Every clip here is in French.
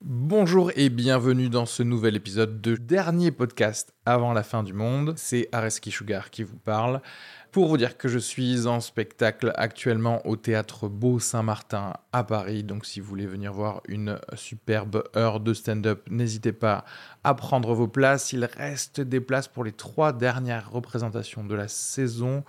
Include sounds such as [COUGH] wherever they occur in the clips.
Bonjour et bienvenue dans ce nouvel épisode de dernier podcast avant la fin du monde. C'est Areski Sugar qui vous parle. Pour vous dire que je suis en spectacle actuellement au théâtre Beau Saint-Martin à Paris. Donc si vous voulez venir voir une superbe heure de stand-up, n'hésitez pas à prendre vos places. Il reste des places pour les trois dernières représentations de la saison.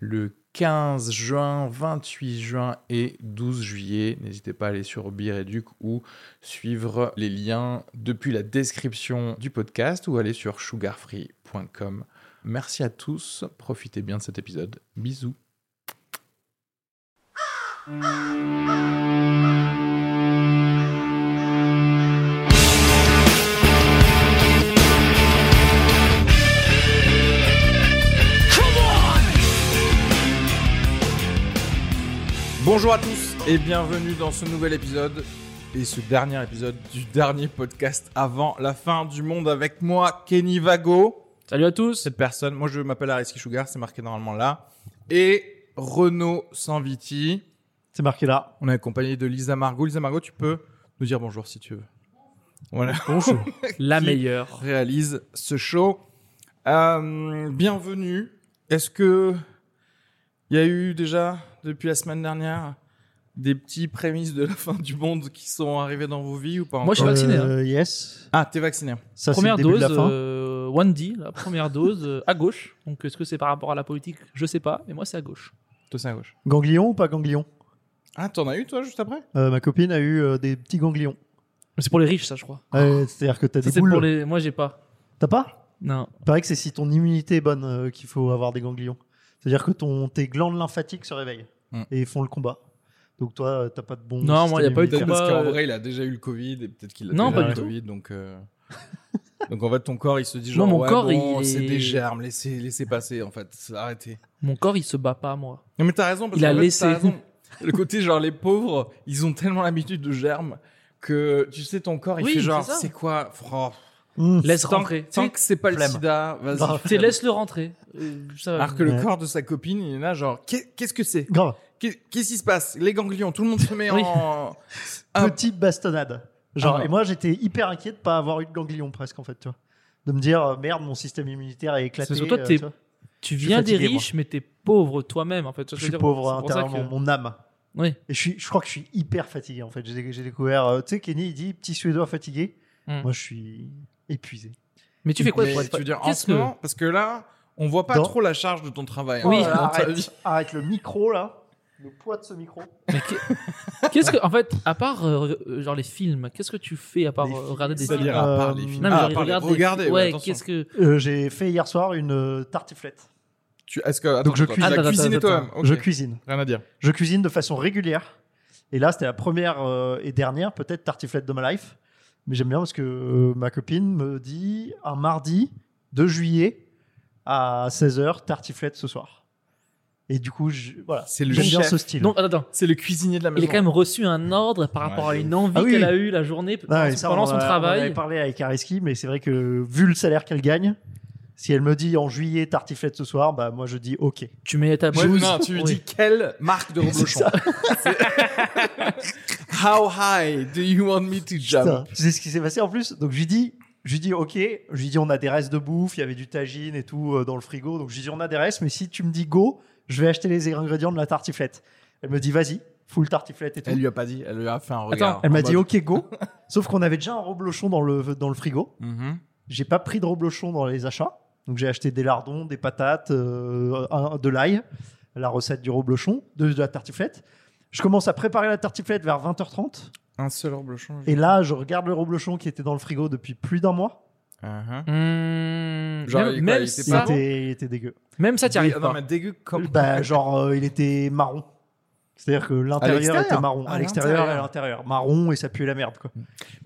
Le 15 juin, 28 juin et 12 juillet. N'hésitez pas à aller sur Bireduc ou suivre les liens depuis la description du podcast ou aller sur sugarfree.com. Merci à tous, profitez bien de cet épisode. Bisous. Bonjour à tous et bienvenue dans ce nouvel épisode et ce dernier épisode du dernier podcast avant la fin du monde avec moi, Kenny Vago. Salut à tous. cette personne. Moi, je m'appelle Ariski Sugar, c'est marqué normalement là. Et Renaud Sanviti. C'est marqué là. On est accompagné de Lisa Margot. Lisa Margot, tu peux nous dire bonjour si tu veux. Voilà. Bonjour. [LAUGHS] La Qui- meilleure. Réalise ce show. Euh, bienvenue. Est-ce que il y a eu déjà depuis la semaine dernière des petits prémices de la fin du monde qui sont arrivés dans vos vies ou pas Moi, je suis encore vacciné, hein. Euh, Yes. Ah, t'es vacciné. Ça, c'est le première début dose, de la fin. euh, One D, la première dose euh, à gauche. Donc est-ce que c'est par rapport à la politique Je sais pas, mais moi c'est à gauche. Toi, c'est à gauche. Ganglion ou pas ganglion Ah, t'en as eu toi juste après Euh, Ma copine a eu euh, des petits ganglions. Mais c'est pour les riches, ça je crois. Euh, C'est-à-dire que t'as Oh. Ça, des c'est boules. pour les. Moi j'ai pas. T'as pas Non. Il paraît que c'est si ton immunité est bonne euh, qu'il faut avoir des ganglions. C'est-à-dire que ton, tes glandes lymphatiques se réveillent Hmm. et font le combat. Donc toi, euh, t'as pas de bon. Non, moi, y a système pas eu de immunitaire. Peut-être parce combat, qu'en euh, vrai, il a déjà eu le Covid et peut-être qu'il a Non, déjà pas eu du le tout. Covid, donc. euh, donc en fait, ton corps, il se dit Non, genre, mon ouais, corps, bon, il c'est est- des germes, laissez, laissez passer, en fait, arrêtez. Mon corps il se bat pas moi. Non, mais t'as raison, parce Il que a laissé. Le côté, genre, les pauvres, ils ont tellement l'habitude de germes que, tu sais, ton corps, il Oui, fait genre, c'est ça. c'est quoi Fran- Hmm. Laisse tant, rentrer. Tu tant sais, que c'est pas le flemme. sida, vas-y. Grave. tu sais, laisse-le rentrer. Euh, ça va. Ah, Alors que le Ouais. corps de sa copine, il est là, genre, Qu'est- qu'est-ce que c'est Grave. Qu'est- Qu'est-ce qui se passe Les ganglions, tout le monde se met Oui. en. Ah. Petite bastonnade. Genre, Ah. et moi, j'étais hyper inquiet de pas avoir eu de ganglion presque en fait, tu vois. De me dire, euh, merde, mon système immunitaire est éclaté. Parce que toi, euh, t'es- tu vois. Tu suis viens des fatigué, moi. riches, mais t'es pauvre toi-même en fait. Tu vois Je ce suis que veux dire pauvre C'est pour ça intérieurement, que- mon âme. Oui. Et je, suis, je crois que je suis hyper fatigué en fait. J'ai j'ai découvert, euh, tu sais, Kenny il dit petit suédois fatigué. Mm. Hmm. Moi je suis épuisé. Mais tu fais quoi Mais pour être- tu veux dire en Qu'est-ce ce que- moment Parce que là, on voit pas Dans- trop la charge de ton travail. Oui, hein, Oh là là, dans ta vie. [LAUGHS] arrête, arrête le micro là, le poids de ce micro. Mais qu'est- Qu'est-ce que en fait, à part euh, euh, genre les films, qu'est-ce que tu fais à part Les euh, films, regarder des films C'est-à-dire à part les Euh, films. Non mais Ah, genre, à il part les- regarde des- regardez, ouais, Ouais, attention. qu'est-ce que Euh, J'ai fait hier soir une euh, tartiflette. Tu- Est-ce que attends, Donc je attends, tu cuisine. l'as Attends, cuisiné attends, toi-même Ok. Je cuisine. Rien à dire. Je cuisine de façon régulière. Et là c'était la première euh, et dernière peut-être tartiflette de ma life. Mais j'aime bien parce que euh, ma copine me dit un mardi 2 juillet à 16h tartiflette ce soir. Et du coup, je, Bah, voilà. C'est le J'aime bien chef. ce style. Donc, attends, attends. C'est le cuisinier de la maison. Il a quand même reçu un ordre par rapport Ouais, à de une envie Ah oui. qu'elle a eue la journée Non, pendant mais ça, pendant on son en a- On en travail. avait parlé avec Ariski, mais c'est vrai que vu le salaire qu'elle gagne, si elle me dit en juillet tartiflette ce soir, bah moi je dis ok. Tu mets ta Ouais, blouse. non, tu lui Oui. dis quelle marque [LAUGHS] de reblochon ça. [LAUGHS] C'est- [LAUGHS] How high do you want me to jump Putain, Tu sais ce qui s'est passé en plus Donc je lui dis, je lui dis ok, je lui dis on a des restes de bouffe, il y avait du tagine et tout euh, dans le frigo, donc je lui dis on a des restes, mais si tu me dis go, je vais acheter les ingrédients de la tartiflette. Elle me dit vas-y, full tartiflette et tout. Elle lui a pas dit, elle lui a fait un regard. Attends, Elle en m'a dit mode- ok go, sauf qu'on avait déjà un reblochon dans le dans le frigo. Mhm. J'ai pas pris de reblochon dans les achats. Donc j'ai acheté des lardons, des patates, euh, un- de l'ail, la recette du reblochon, de, de la tartiflette. Je commence à préparer la tartiflette vers 20h30. Un seul reblochon. je- Et là, je regarde le reblochon qui était dans le frigo depuis plus d'un mois. Uh-huh. Mmh, Genre, même, il est quoi, même il était Il ça, pas était, il était dégueu. même ça, t'y arrives Ah pas. Non mais dégueu comme. Bah, genre, euh, il était marron. C'est-à-dire que l'intérieur l'extérieur était marron. Ah, à l'extérieur et à l'intérieur. l'intérieur. Marron et ça pue la merde, quoi.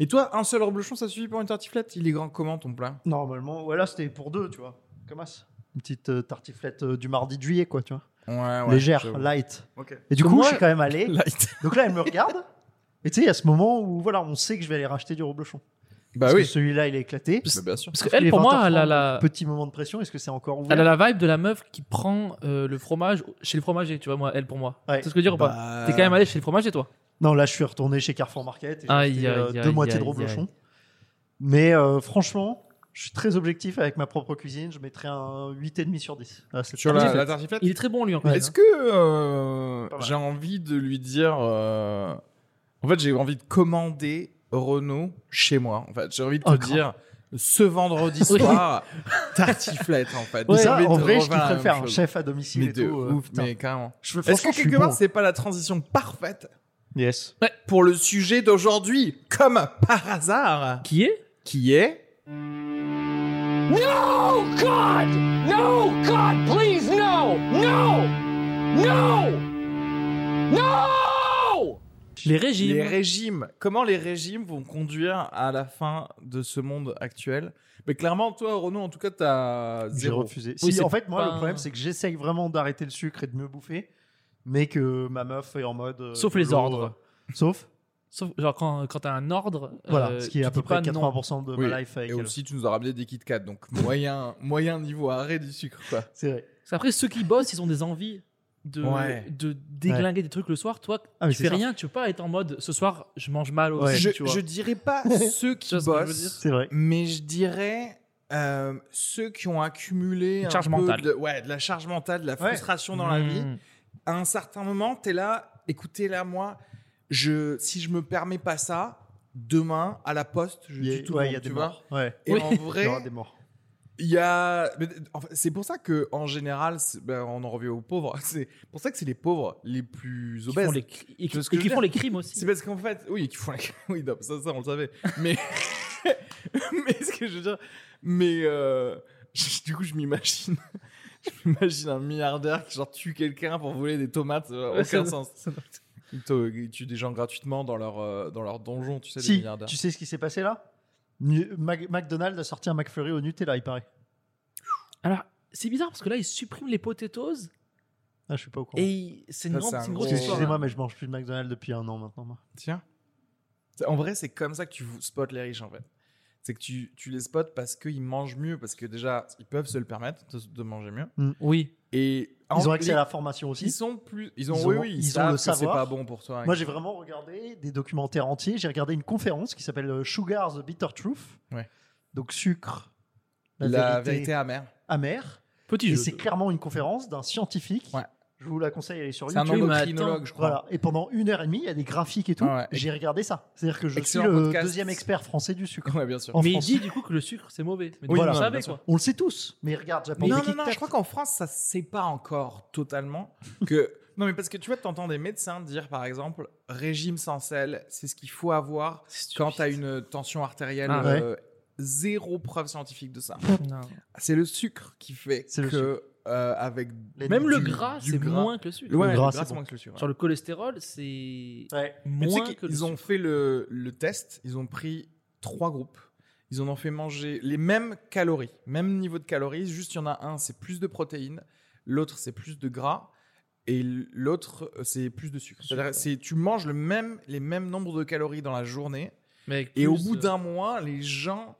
Mais toi, un seul reblochon, ça suffit pour une tartiflette Il est grand comment ton plat Normalement, voilà, c'était pour deux, tu vois. Comme ça. Une petite euh, tartiflette euh, du mardi de juillet, quoi, tu vois. Ouais, ouais. Légère, j'avoue. light. Ok. Ah Et Parce du que coup, moi- je suis quand même [LAUGHS] allé. Light. Donc là, elle me regarde. Et tu sais, il y a ce moment où voilà, on sait que je vais aller racheter du reblochon. Bah Parce oui. que celui-là, il est éclaté. Bah, bien sûr. Parce Il qu'elle, est pour moi, 20h30, elle a, la, Petit moment de pression, est-ce que c'est encore ouvert elle a la vibe de la meuf qui prend euh, le fromage chez le fromager, tu vois, moi, elle pour moi. Ouais. euh, C'est ce que je veux dire ou pas Bah, T'es quand même allé chez le fromager, toi Non, là, je suis retourné chez Carrefour Market et j'ai Aïe, acheté, euh, aïe, deux aïe, moitiés de aïe, reblochon. aïe. Mais euh, franchement, je suis très objectif avec ma propre cuisine. Je mettrais un 8,5 sur 10. Ah, c'est Sur pas la, mal. la tartiflette Il est très bon, lui, en fait. hein. Est-ce que euh, Pas mal. j'ai envie de lui dire. euh, En fait, j'ai envie de commander Renault chez moi. En fait, j'ai envie de te Oh, grave. dire ce [LAUGHS] vendredi Oui. soir, tartiflette, en fait. Mais J'ai ça, envie en de vrai, je refaire la kifferais même faire un chose. chef à domicile Mais et de tout. euh, ouf, putain. mais carrément. Je veux Est-ce franchement, que je suis quelque part, bon. c'est pas la transition parfaite Yes. pour le sujet d'aujourd'hui, comme par hasard, Qui est qui est No, God! No, God, please, no! No! No! No! Les régimes. les régimes. Comment les régimes vont conduire à la fin de ce monde actuel Mais clairement, toi, Renaud, en tout cas, t'as J'ai zéro. refusé. Oui, Si, c'est en fait, moi, pas le un- problème, c'est que j'essaye vraiment d'arrêter le sucre et de mieux bouffer, mais que ma meuf est en mode. euh, Sauf les YOLO, ordres. euh, Sauf, Sauf, genre, quand, quand t'as un ordre. voilà, euh, ce qui est tu à peu dis près pas non. 80% de Oui, ma life avec Et elle. aussi, tu nous as ramené des Kit Kat, [LAUGHS] donc moyen, moyen niveau arrêt du sucre, quoi. C'est vrai. Parce qu'après, ceux qui bossent, ils ont des envies de, Ouais. de déglinguer des trucs le soir. Toi, Ah, mais tu c'est fais ça. rien, tu peux pas être en mode ce soir, je mange mal aussi. Ouais. je, tu vois. je dirais [LAUGHS] pas ceux qui Tu vois ce que je veux dire bossent, C'est vrai. mais je dirais euh, ceux qui ont accumulé Une un charge peu mentale. De, ouais, de la charge mentale, de la Ouais. frustration dans la Mmh. vie. à un certain moment, tu es là, écoutez là, moi, je, si je me permets pas ça, demain, à la poste, je Il y dis a- tout hein, ouais, le il y monde, a des tu vois. morts. Ouais. Et Oui. [LAUGHS] en Il y aura vrai, des morts. il y a. mais, en fait, C'est pour ça que en général, c'est- ben, on en revient aux pauvres. [LAUGHS] C'est pour ça que c'est les pauvres les plus Qui font obèses. les, cri- et Tu qui, vois ce que et je qui veux font les crimes aussi. C'est parce qu'en fait, oui, qui font la... [LAUGHS] oui, non, ça, ça, on le savait. Mais, [LAUGHS] mais ce que je veux dire, mais euh, [LAUGHS] je- du coup, je m'imagine, [LAUGHS] je m'imagine un milliardaire qui genre tue quelqu'un pour voler des tomates, ça n'a Ouais, ça aucun va- sens. ça va. Il, te- il tue des gens gratuitement dans leur euh, dans leur donjon, tu sais, les Si, milliardaires. tu sais ce qui s'est passé là Nu- Mac- McDonald's a sorti un McFlurry au Nutella, il paraît. Alors, c'est bizarre parce que là, ils suppriment les potatoes Ah, je suis pas au courant. et ils- c'est une, Oh. Ça, grande- c'est un c'est une gros- grosse histoire. Excusez-moi, mais je mange plus de McDonald's depuis un an maintenant. moi. Tiens, C'est- en vrai, c'est comme ça que tu spots les riches, en fait. C'est que tu, tu les spots parce qu'ils mangent mieux, parce que déjà, ils peuvent se le permettre de, de manger mieux. hein. Oui. Et Ah, Ils ont en- accès les- à la formation aussi. Ils sont plus. Ils ont, Ils oui, ont- oui, ils, ils ont savent le que c'est savoir. pas bon pour toi. hein. Moi, j'ai vraiment regardé des documentaires entiers. J'ai regardé une conférence qui s'appelle euh, Sugar the Bitter Truth. Ouais. Donc, sucre, la, la, vérité, amère. amère. Petit Et jeu. c'est de- clairement une conférence d'un scientifique. Ouais. Je vous la conseille, elle est sur C'est un YouTube. Oui, mais endocrinologue, attends. je crois. Voilà. Et pendant une heure et demie, il y a des graphiques et tout. Ah ouais. J'ai regardé ça. C'est-à-dire que je Excellent suis le podcast. deuxième expert français du sucre. [LAUGHS] Ouais, bien sûr. En mais France. il dit du coup que le sucre, c'est mauvais. Mais Oui, vous voilà, le savez, bien sûr. quoi. On le sait tous, mais regarde, j'apporte non, des non, non, Kit je Kat. crois qu'en France, ça se sait pas encore totalement que. [LAUGHS] Non, mais parce que tu vois, t'entends des médecins dire, par exemple, régime sans sel, c'est ce qu'il faut avoir quand t'as une euh, tension artérielle. Ah, euh, Zéro preuve scientifique de ça. Non. C'est le sucre qui fait C'est le que, euh, avec. Les- Même le du- gras, du c'est gras. moins que le sucre. Ouais, Le gras, c'est c'est bon. moins que le sucre. ouais. Sur le cholestérol, c'est Ouais. Mais tu sais moins qu'ils- que le ils ont sucre. fait le, le test, ils ont pris trois groupes. Ils en ont fait manger les mêmes calories, même niveau de calories, juste il y en a un, c'est plus de protéines, l'autre, c'est plus de gras, et l'autre, euh, c'est plus de sucre. Sucre, C'est-à-dire, ouais. c'est- tu manges le même, les mêmes nombres de calories dans la journée, Mais avec et au plus, bout euh, d'un mois, les gens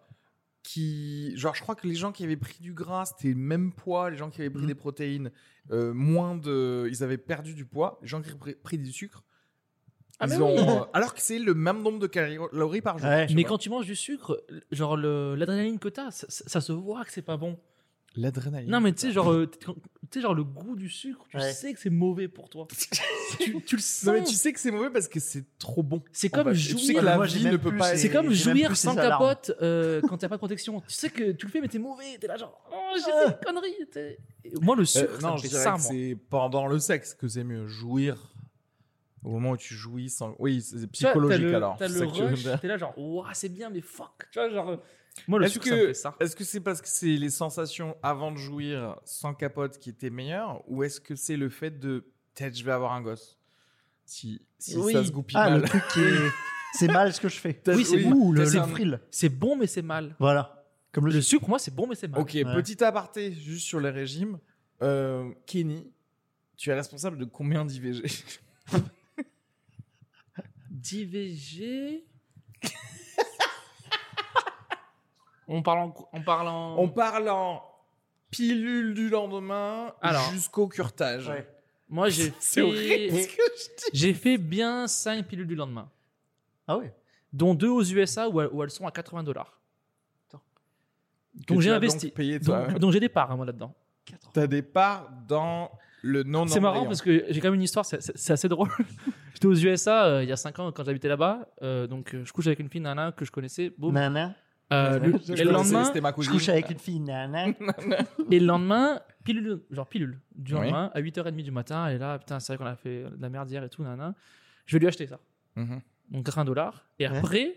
qui. Genre, je crois que les gens qui avaient pris du gras, c'était le même poids. Les gens qui avaient pris Mm. Mhm. des protéines, euh, moins de. Ils avaient perdu du poids. Les gens qui avaient pris- pris du sucre, Ah, ils mais ont. oui. euh, alors que c'est le même nombre de calories par jour. Ouais. tu Mais vois. quand tu manges du sucre, genre le- l'adrénaline que t'as, ça, ça- ça se voit que c'est pas bon. L'adrénaline. Non, mais tu sais, genre, euh, t'es- quand- tu sais, genre le goût du sucre, tu Ouais. sais que c'est mauvais [LAUGHS] pour toi. tu, tu Non, le sens. mais tu sais que c'est mauvais parce que c'est trop bon. C'est En fait. comme Et Tu sais que jouir. la Moi, j'ai vie ne même peut plus pas C'est ces- être. j'ai comme même jouir plus sans ces alarmes. capote euh, quand t'as pas de protection. Tu sais que tu le fais, mais t'es mauvais. T'es là, genre, oh, j'ai fait une connerie. t'es- Et Moi, le sucre, Ah. Euh, ça non, me je fait dirais ça, que moi. c'est pendant le sexe que c'est mieux. Jouir. Au moment où tu jouis sans. Oui, c'est Tu vois, psychologique t'as le- alors. T'as C'est le ça que je veux rush, dire. t'es là, genre, ouah, c'est bien, mais fuck. Tu vois, genre. euh, Moi, le Est-ce sucre, que- ça me fait ça. Est-ce que c'est parce que c'est les sensations avant de jouir sans capote qui étaient meilleures ou est-ce que c'est le fait de peut-être je vais avoir un gosse si, si Oui. ça se goupille Ah, le mal truc qui est. C'est mal ce que je fais. Oui, c'est bon. Ouh, le, c'est le un- frill. C'est bon, mais c'est mal. Voilà. Comme le, Le sucre, pour moi, c'est bon, mais c'est mal. [LAUGHS] Ok, petit aparté juste sur les régimes. Euh, Kenny, tu es responsable de combien d'IVG 10 VG. [LAUGHS] on parle en. On parle en... On parle en pilule du lendemain Alors. jusqu'au curtage. Ouais. Moi, j'ai [LAUGHS] C'est horrible fait... ce que je dis. J'ai fait bien 5 pilules du lendemain, Ah ouais. dont deux aux USA où, elles- où elles sont à 80 dollars. Que [LAUGHS] Donc tu j'ai as investi. Donc payé toi. Donc, donc j'ai des parts, hein, moi, là-dedans. T'as des parts dans le non C'est marrant parce que j'ai quand même une histoire, c'est- c'est c'est assez drôle. [LAUGHS] J'étais aux USA euh, il y a 5 ans quand j'habitais là-bas, euh, donc euh, je couche avec une fille nana que je connaissais. Boum. Nana. [LAUGHS] Euh, le- Je et le lendemain, c'était ma Je cousine. couche avec une fille. Nana. [LAUGHS] et le lendemain, pilule, genre pilule, du Oui. lendemain à 8h30 du matin, elle est là, putain, c'est vrai qu'on a fait de la merde hier et tout, nana. Je vais lui acheter ça, Mhm. donc 80 dollars. Et Ouais. après,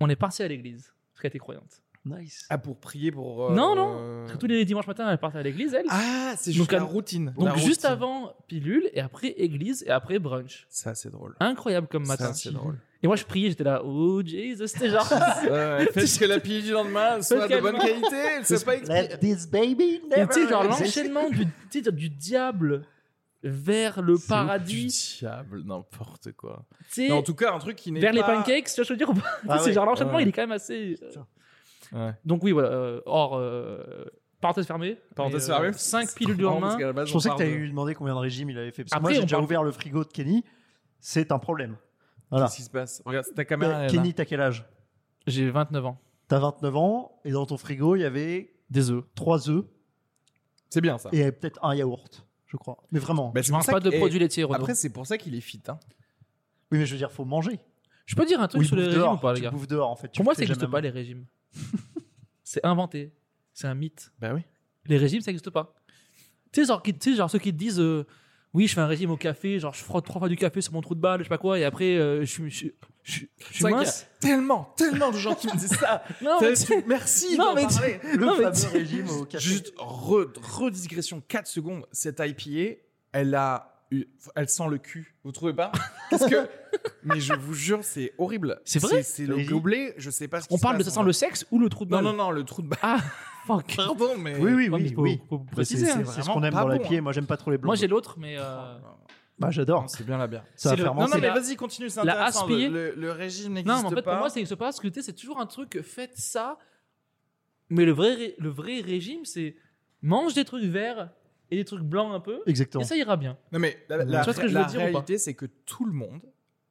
on est parti à l'église, parce qu'elle était croyante. Nice. Ah, pour prier pour. euh, Non, non. Parce que tous les dimanches matin, elle partait à l'église, elle. Ah, c'est Donc, juste la à- routine. Donc La juste routine. avant pilule et après église et après brunch. Ça, c'est drôle. Incroyable comme matin. Ça, c'est drôle. Et moi je priais, j'étais là, oh Jesus, c'était genre. [LAUGHS] [LAUGHS] Ouais, Faites que la pilule du lendemain soit de calme. bonne qualité. Elle soit pas expirée. Let euh, this baby et never tu sais, genre exist. l'enchaînement du, tu sais, du diable vers le C'est Du paradis, diable, n'importe quoi. tu sais, Mais en tout cas, un truc qui n'est vers les pas- pancakes, tu vois, je veux dire, Ah c'est ouais. genre l'enchaînement, Ouais. il est quand même assez. euh, Putain. Ouais. Donc oui, voilà. euh, or, euh, parenthèse fermée. Parenthèse fermée. 5 C'est euh, pilules du marrant parce lendemain. qu'à la base, Je on pensais que parle tu de- lui demandé combien de régime il avait fait. Parce que Après, moi, j'ai on déjà parle- ouvert le frigo de Kenny. C'est un problème. Voilà. Qu'est-ce qui se passe Regarde, c'est ta caméra. Euh, elle est là. Kenny, t'as quel âge J'ai 29 ans. T'as 29 ans et dans ton frigo, il y avait Des œufs. 3 œufs C'est bien ça. et il y avait peut-être un yaourt, je crois. Mais vraiment. Bah, c'est Je pour mange ça pas que- de et produits laitiers, Renaud. Après, c'est pour ça qu'il est fit. hein. Oui, mais je veux dire, faut manger. Je peux dire un truc Oui, sur les bouffe régimes dehors. ou pas, les tu gars bouffes dehors, en fait. Tu Pour moi, ça fais n'existe jamais pas, un- les régimes. [LAUGHS] c'est inventé. C'est un mythe. Bah oui. Les régimes, ça n'existe pas. Tu sais, genre, qui- tu sais, genre ceux qui te disent euh, Oui, je fais un régime au café, genre je frotte trois fois du café sur mon trou de balle, je sais pas quoi, et après euh, je suis- je suis je suis- je suis Ça, il y a mince. Tellement, tellement de gens qui me disent ça. [LAUGHS] Non, mais T'as- tu- Merci Non, d'en mais tu- parler. Le Non, mais [LAUGHS] fameux tu- régime au café. Juste re- redigression, 4 secondes. Cette IPA, elle a, eu- elle sent le cul. Vous trouvez pas Parce que, mais je vous jure, c'est horrible. C'est vrai C'est le Vas-y. gobelet. Je sais pas. Ce qui on se parle de passe, ça en sans le sexe ou le trou de vrai. balle Non, non, non, le trou [LAUGHS] de balle. Ah, fuck. Pardon, mais. Oui, oui, Non, mais oui. faut- oui. faut Bah, C'est préciser, hein. c'est- c'est ce qu'on aime vraiment dans pas la bon, pied. hein. Moi, j'aime pas trop les blondes. Moi j'ai l'autre, mais. euh, Non, Bah, j'adore. c'est bien la bière. Ça va c'est faire le- non, Non, avancer. non, mais la- vas-y, continue, c'est la intéressant. aspillée. Le, le- le régime n'existe Non, pas. mais en fait, pour moi, ça n'existe pas parce que tu sais, c'est toujours un truc, faites ça. Mais le vrai, ré- le vrai régime, c'est mange des trucs verts et des trucs blancs un peu, Exactement. et ça ira bien. Non, mais la, Tu la- vois ce que je la veux dire ou pas réalité, c'est que tout le monde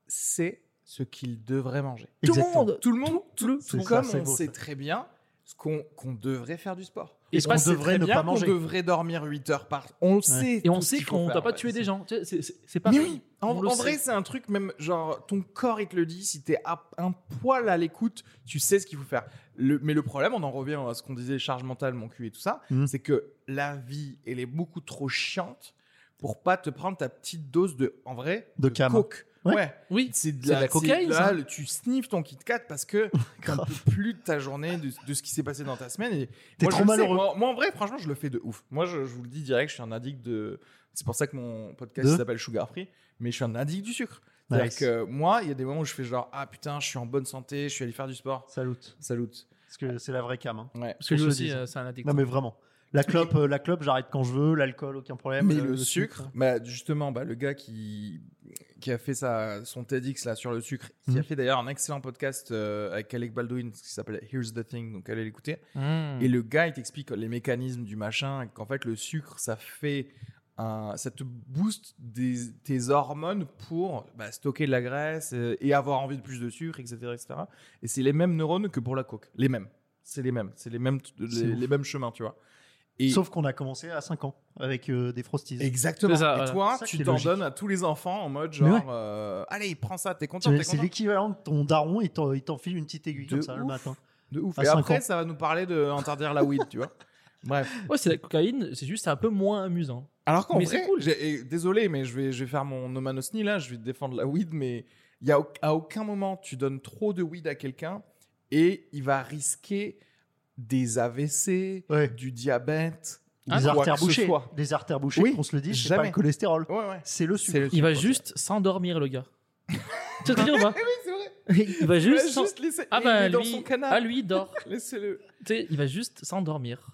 sait ce qu'il devrait manger. Exactement. Tout le monde, tout, tout C'est ça, comme c'est on beau, sait ça. très bien ce qu'on qu'on devrait faire du sport. Et Et se on passer devrait très ne bien pas qu'on manger. devrait dormir 8 heures par. On le sait. Et on tout ce sait qu'il faut qu'on t'a faire, pas ouais, tué c'est- des gens. Tu sais, C'est c'est- c'est Mais pareil. oui, en, On le en sait. vrai, c'est un truc même genre ton corps il te le dit. Si t'es à un poil à l'écoute, tu sais ce qu'il faut faire. Le- mais le problème, on en revient à ce qu'on disait charge mentale, mon cul et tout ça, Mm. Mhm. c'est que la vie elle est beaucoup trop chiante pour pas te prendre ta petite dose de en vrai De cam. coke. Ouais. ouais. Oui. C'est de C'est de la la, cocaïne, cocaïne. ça. tu sniffes ton Kit Kat parce que t'en Grave. peux plus de ta journée, de, de ce qui s'est passé dans ta semaine. Et T'es moi, je le trop sais. malheureux. Moi, moi, en vrai, franchement, je le fais de ouf. Moi, je, je vous le dis direct, je suis un addict de. C'est pour ça que mon podcast De il s'appelle Sugar Free, mais je suis un addict du sucre. C'est-à-dire Nice. que moi, il y a des moments où je fais genre Ah putain, je suis en bonne santé, je suis allé faire du sport. Salut. Salut. Parce que c'est la vraie cam. hein. Ouais. Parce que On lui se le aussi, dise. euh, c'est un addict. Non, mais vraiment. La clope, euh, la clope, j'arrête quand je veux. L'alcool, aucun problème. Mais Euh, le, sucre, bah, justement, bah, le gars qui, qui a fait sa, son TEDx là, sur le sucre, qui a Mhm. fait d'ailleurs un excellent podcast euh, avec Alec Baldwin qui s'appelle Here's the Thing, donc allez l'écouter. Mm. Mmh. Et le gars, il t'explique les mécanismes du machin, et qu'en fait, le sucre, ça fait. Un, ça te booste des, tes hormones pour bah, stocker de la graisse euh, et avoir envie de plus de sucre, etc. etc. Et c'est les mêmes neurones que pour la coke. Les mêmes. C'est les mêmes. C'est les mêmes, C'est les, ouf. les mêmes chemins, tu vois. Et Sauf qu'on a commencé à 5 ans avec euh, des frosties. Exactement. C'est ça, et voilà. toi, C'est ça qui tu est t'en logique. donnes à tous les enfants en mode Mais genre, ouais. euh, allez, prends ça, t'es content, Tu- t'es C'est content. l'équivalent que ton daron, il t'en- il t'enfile une petite aiguille De comme ça le ouf. matin. De ouf. à Et cinq après, ans. ça va nous parler de interdire la weed, [LAUGHS] tu vois. Bref. Ouais, c'est la cocaïne, c'est juste un peu moins amusant. Alors qu'en Mais vrai, c'est cool. j'ai- et désolé, mais je vais, je vais faire mon omanosni là, je vais te défendre la weed, mais il y a au- à aucun moment tu donnes trop de weed à quelqu'un et il va risquer des AVC, Ouais. du diabète, Ah, des quoi artères que ce bouchées. soit. Des artères bouchées, Oui, qu'on se le dise, c'est jamais. pas le cholestérol. Ouais, ouais. C'est le sucre. C'est le Il va sucre. juste s'endormir, le gars. [LAUGHS] tu sais ce que je veux dire ou pas Oui, c'est vrai. Il va Il va juste. s'en- juste laisser. Ah il bah, est dans lui, son canal. ah, lui, il dort. Laissez-le. Tu sais, il va juste s'endormir.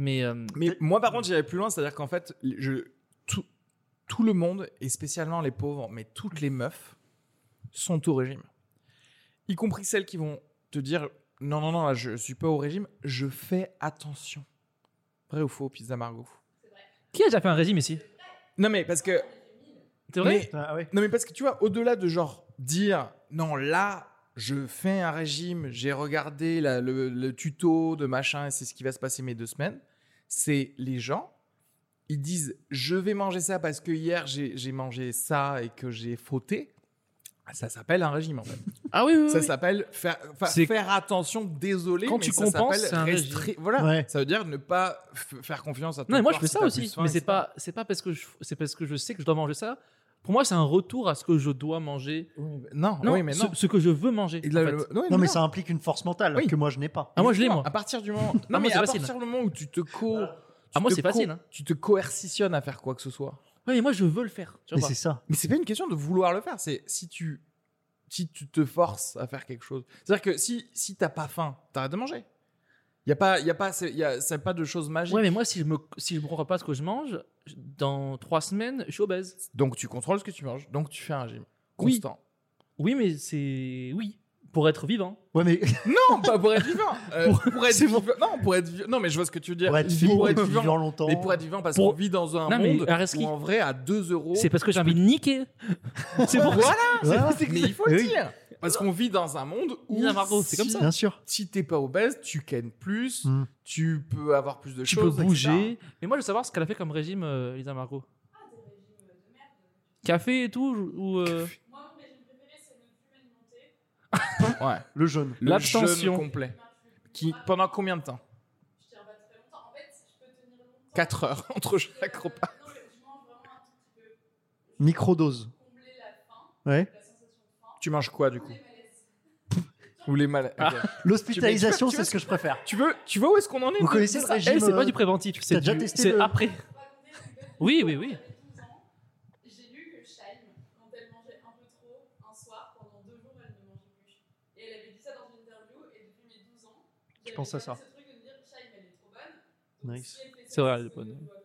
Mais. euh, Mais moi, par contre, j'irais plus loin, c'est-à-dire qu'en fait, je, tout, tout le monde, et spécialement les pauvres, mais toutes les meufs, sont au régime. Y compris celles qui vont te dire Non, non, non, là, je suis pas au régime, je fais attention. Vrai ou faux, Pizza Margot Qui a déjà fait un régime ici Non, mais parce que. C'est vrai mais- Ah, ouais. non, mais parce que tu vois, au-delà de genre dire non, là, je fais un régime, j'ai regardé la- le, le tuto de machin et c'est ce qui va se passer mes deux semaines, c'est les gens. Ils disent je vais manger ça parce que hier j'ai j'ai mangé ça et que j'ai fauté. Ça s'appelle un régime en fait. Ah oui, oui, oui, Ça oui. s'appelle faire, enfin, C'est- faire attention, désolé. Quand mais tu ça compenses, s'appelle c'est un restri- régime. Voilà, Ouais. ça veut dire ne pas f- faire confiance à ton Non, mais moi je corps fais si ça t'as aussi, plus faim, mais c'est etc. pas c'est pas parce que je c'est parce que je sais que je dois manger ça. Pour moi, c'est un retour à ce que je dois manger. Oui, mais- Non, Ah Non, oui, mais ce, non. ce que je veux manger. Et là, en fait. le- oui, Non, mais non. ça implique une force mentale Oui. que moi je n'ai pas. Ah moi je l'ai moi. À partir du moment. [LAUGHS] Ah, Non, moi, mais c'est à facile. partir du moment où tu te co. Ah, tu moi, te c'est facile, hein. Tu te coercitionnes à faire quoi que ce soit. Ouais, mais moi je veux le faire. Tu Mais vois. c'est ça. Mais c'est pas une question de vouloir le faire. C'est si tu si tu te forces à faire quelque chose. C'est-à-dire que si si t'as pas faim, t'arrêtes de manger. Il y a pas il y a pas c'est- y a c'est pas de choses magiques. Ouais, mais moi si je me si je prends pas ce que je mange, je- dans trois semaines, je suis obèse. Donc tu contrôles ce que tu manges. Donc tu fais un régime Oui. [LAUGHS] constant. Oui, mais c'est oui pour être vivant. Ouais, mais Non, pas pour être vivant. [LAUGHS] Euh, pour, être c'est vivant. Non, pour être vivant. Non, mais je vois ce que tu veux dire. pour être vivant, pour être vivant. vivant longtemps. Mais pour être vivant, parce Pour- qu'on vit dans un Non, mais monde Areski- où en vrai, à 2 euros. C'est parce que j'ai envie de niquer. [LAUGHS] c'est pour Voilà, Voilà. mais il faut le Eh oui. dire. Parce qu'on vit dans un monde où. Nina Margot, c'est comme si- ça. Bien sûr. Si t'es pas obèse, tu cannes plus, Mm. tu peux avoir plus de tu peux choses. bouger. etc. Mais moi, je veux savoir ce qu'elle a fait comme régime, euh, Elisa Margot. Café et tout ou euh, Ouais. Le jeûne. Le L'abstention. jeûne complet. Qui, pendant combien de temps 4 heures [LAUGHS] entre chaque repas. Microdose. Ouais. Tu manges quoi du coup Ou les malades. L'hospitalisation, Tu veux- c'est ce que je préfère. Tu veux, tu vois où est-ce qu'on en est Vous de- connaissez de le ça Eh, régime c'est pas euh, du préventif, c'est t'as déjà du- testé c'est le- après. Oui, oui, oui. J'ai lu que Shaim, quand elle mangeait un peu trop, un soir, pendant deux jours, elle ne mangeait plus. Et elle avait dit ça dans une interview, et depuis mes 12 ans, j'avais pense à gardé ça. ce truc de me dire Shaim, elle est trop bonne. Nice. C'est vrai, elle est est bonne. C'est là qu'après, c'est parti en couille.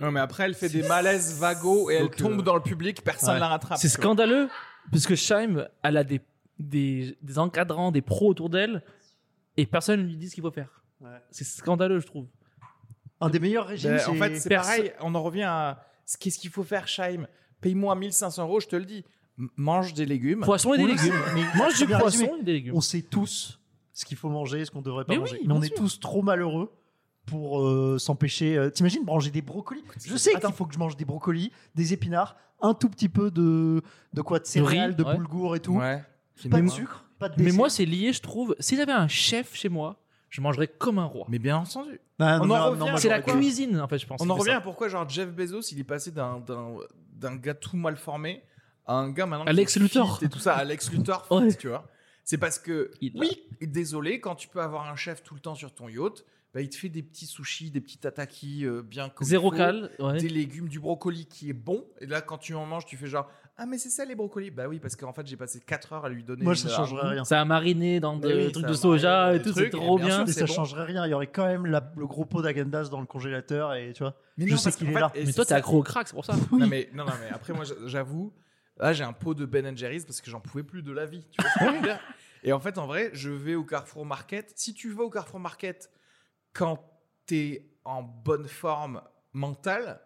Non, mais après, elle fait des malaises vagos et elle Donc, euh, tombe dans le public, personne ouais. la rattrape. C'est tu vois. scandaleux parce que Scheim, elle a des, des, des encadrants, des pros autour d'elle et personne ne lui dit ce qu'il faut faire. Ouais. C'est scandaleux, je trouve. Un des meilleurs régimes, Ben, c'est en fait, c'est perso- pareil. On en revient à ce- qu'est-ce qu'il faut faire, Shaim Paye-moi 1500 euros, je te le dis. M- mange des Bah, légumes. Poisson et des Oui, légumes. mais- Mange du Bien résumé. poisson et des légumes. on sait tous ce qu'il faut manger, ce qu'on devrait pas Mais oui, manger. mais bien on est sûr. tous trop malheureux pour euh, s'empêcher. euh, T'imagines manger des brocolis Je sais Attends. qu'il faut que je mange des brocolis, des épinards, un tout petit peu de de quoi de céréales, riz, de ouais. boulgour et tout. Ouais. Pas de sucre, pas de Mais dessert. moi, c'est lié, je trouve. Si j'avais un chef chez moi, je mangerais comme un roi. Mais bien entendu. Ah, on non, en non, revient, non, moi, C'est la j'aurais pas. cuisine, en fait, je pense. On qui en fait revient ça. à pourquoi genre Jeff Bezos, il est passé d'un d'un d'un gars tout mal formé à un gars maintenant qui Alex est Luthor. fit et tout ça, Alex Luthor, fit, [LAUGHS] Ouais. tu vois. C'est parce que Il- oui, désolé, quand tu peux avoir un chef tout le temps sur ton yacht, bah, il te fait des petits sushis, des petits tataki euh, bien comme il Zéro faut, cal. ouais. des légumes, du brocoli qui est bon. Et là, quand tu en manges, tu fais genre ah mais c'est ça les brocolis. Bah oui, parce qu'en fait j'ai passé 4 heures à lui donner. Moi, une- ça changerait rien. Ça a mariné dans Mais des oui, trucs ça de a soja mariné et dans tout, des c'est trucs, et trop bien bien. sûr, Mais c'est ça bon. changerait rien. Il y aurait quand même la- le gros pot d'agendas dans le congélateur et tu vois. Mais Je non, sais parce qu'il qu'en est fait- là. et Mais c'est toi, t'es ça accro au crack, c'est pour ça. Non mais, non, non, mais après moi j'a- j'avoue, là j'ai un pot de Ben Jerry's parce que j'en pouvais plus de la vie. Tu vois ce que je veux dire Et en fait en vrai, je vais au Carrefour Market. Si tu vas au Carrefour Market quand t'es en bonne forme mentale,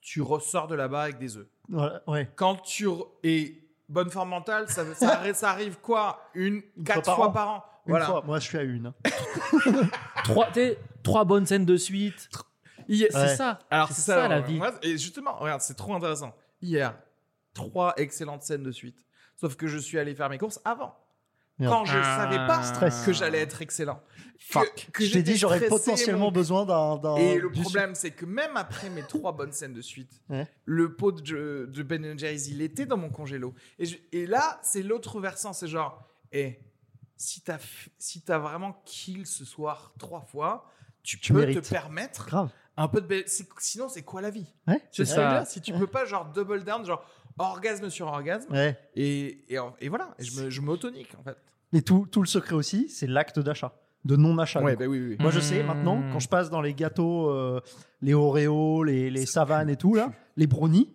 tu ressors de là-bas avec des œufs. Voilà, ouais. Quand tu re- et bonne forme mentale, ça, ça, [LAUGHS] arri- ça arrive quoi Une, Une quatre fois par fois an. par an. Une voilà. fois, moi, je suis à une. trois, t'es- trois bonnes scènes de suite. Hier- C'est Ouais. ça. Alors c'est ça, la ouais. vie. Moi, et justement, regarde, c'est trop intéressant. Hier, trois excellentes scènes de suite. Sauf que je suis allé faire mes courses avant. Merde. Quand je savais pas Stress. que j'allais être excellent. Fuck. Que, que Je t'ai j'étais dit, j'aurais stressé, potentiellement mon- besoin d'un. d'un- Et le Euh, du sucre. problème, c'est que même après mes trois bonnes scènes de suite, [LAUGHS] Ouais. le pot de, de Ben Jerry's, il était dans mon congélo. Et, je- et là, c'est l'autre versant. C'est genre, eh, si t'as f- si t'as vraiment kill ce soir trois fois, tu, Tu peux mérites. te permettre Grave. un peu de bel- c'est- sinon c'est quoi la vie Ouais. Tu vois ce C'est que je veux Ah. ça. dire si tu peux pas genre double down genre orgasme sur orgasme Ouais. et, et, en- et voilà et je me je m'autonique en fait Mais tout, tout le secret aussi, c'est l'acte d'achat, de non-achat. ouais donc. bah oui oui, oui. Moi, je sais maintenant, Mmh. quand je passe dans les gâteaux, euh, les Oreos, les, les savanes et tout, là, les brownies,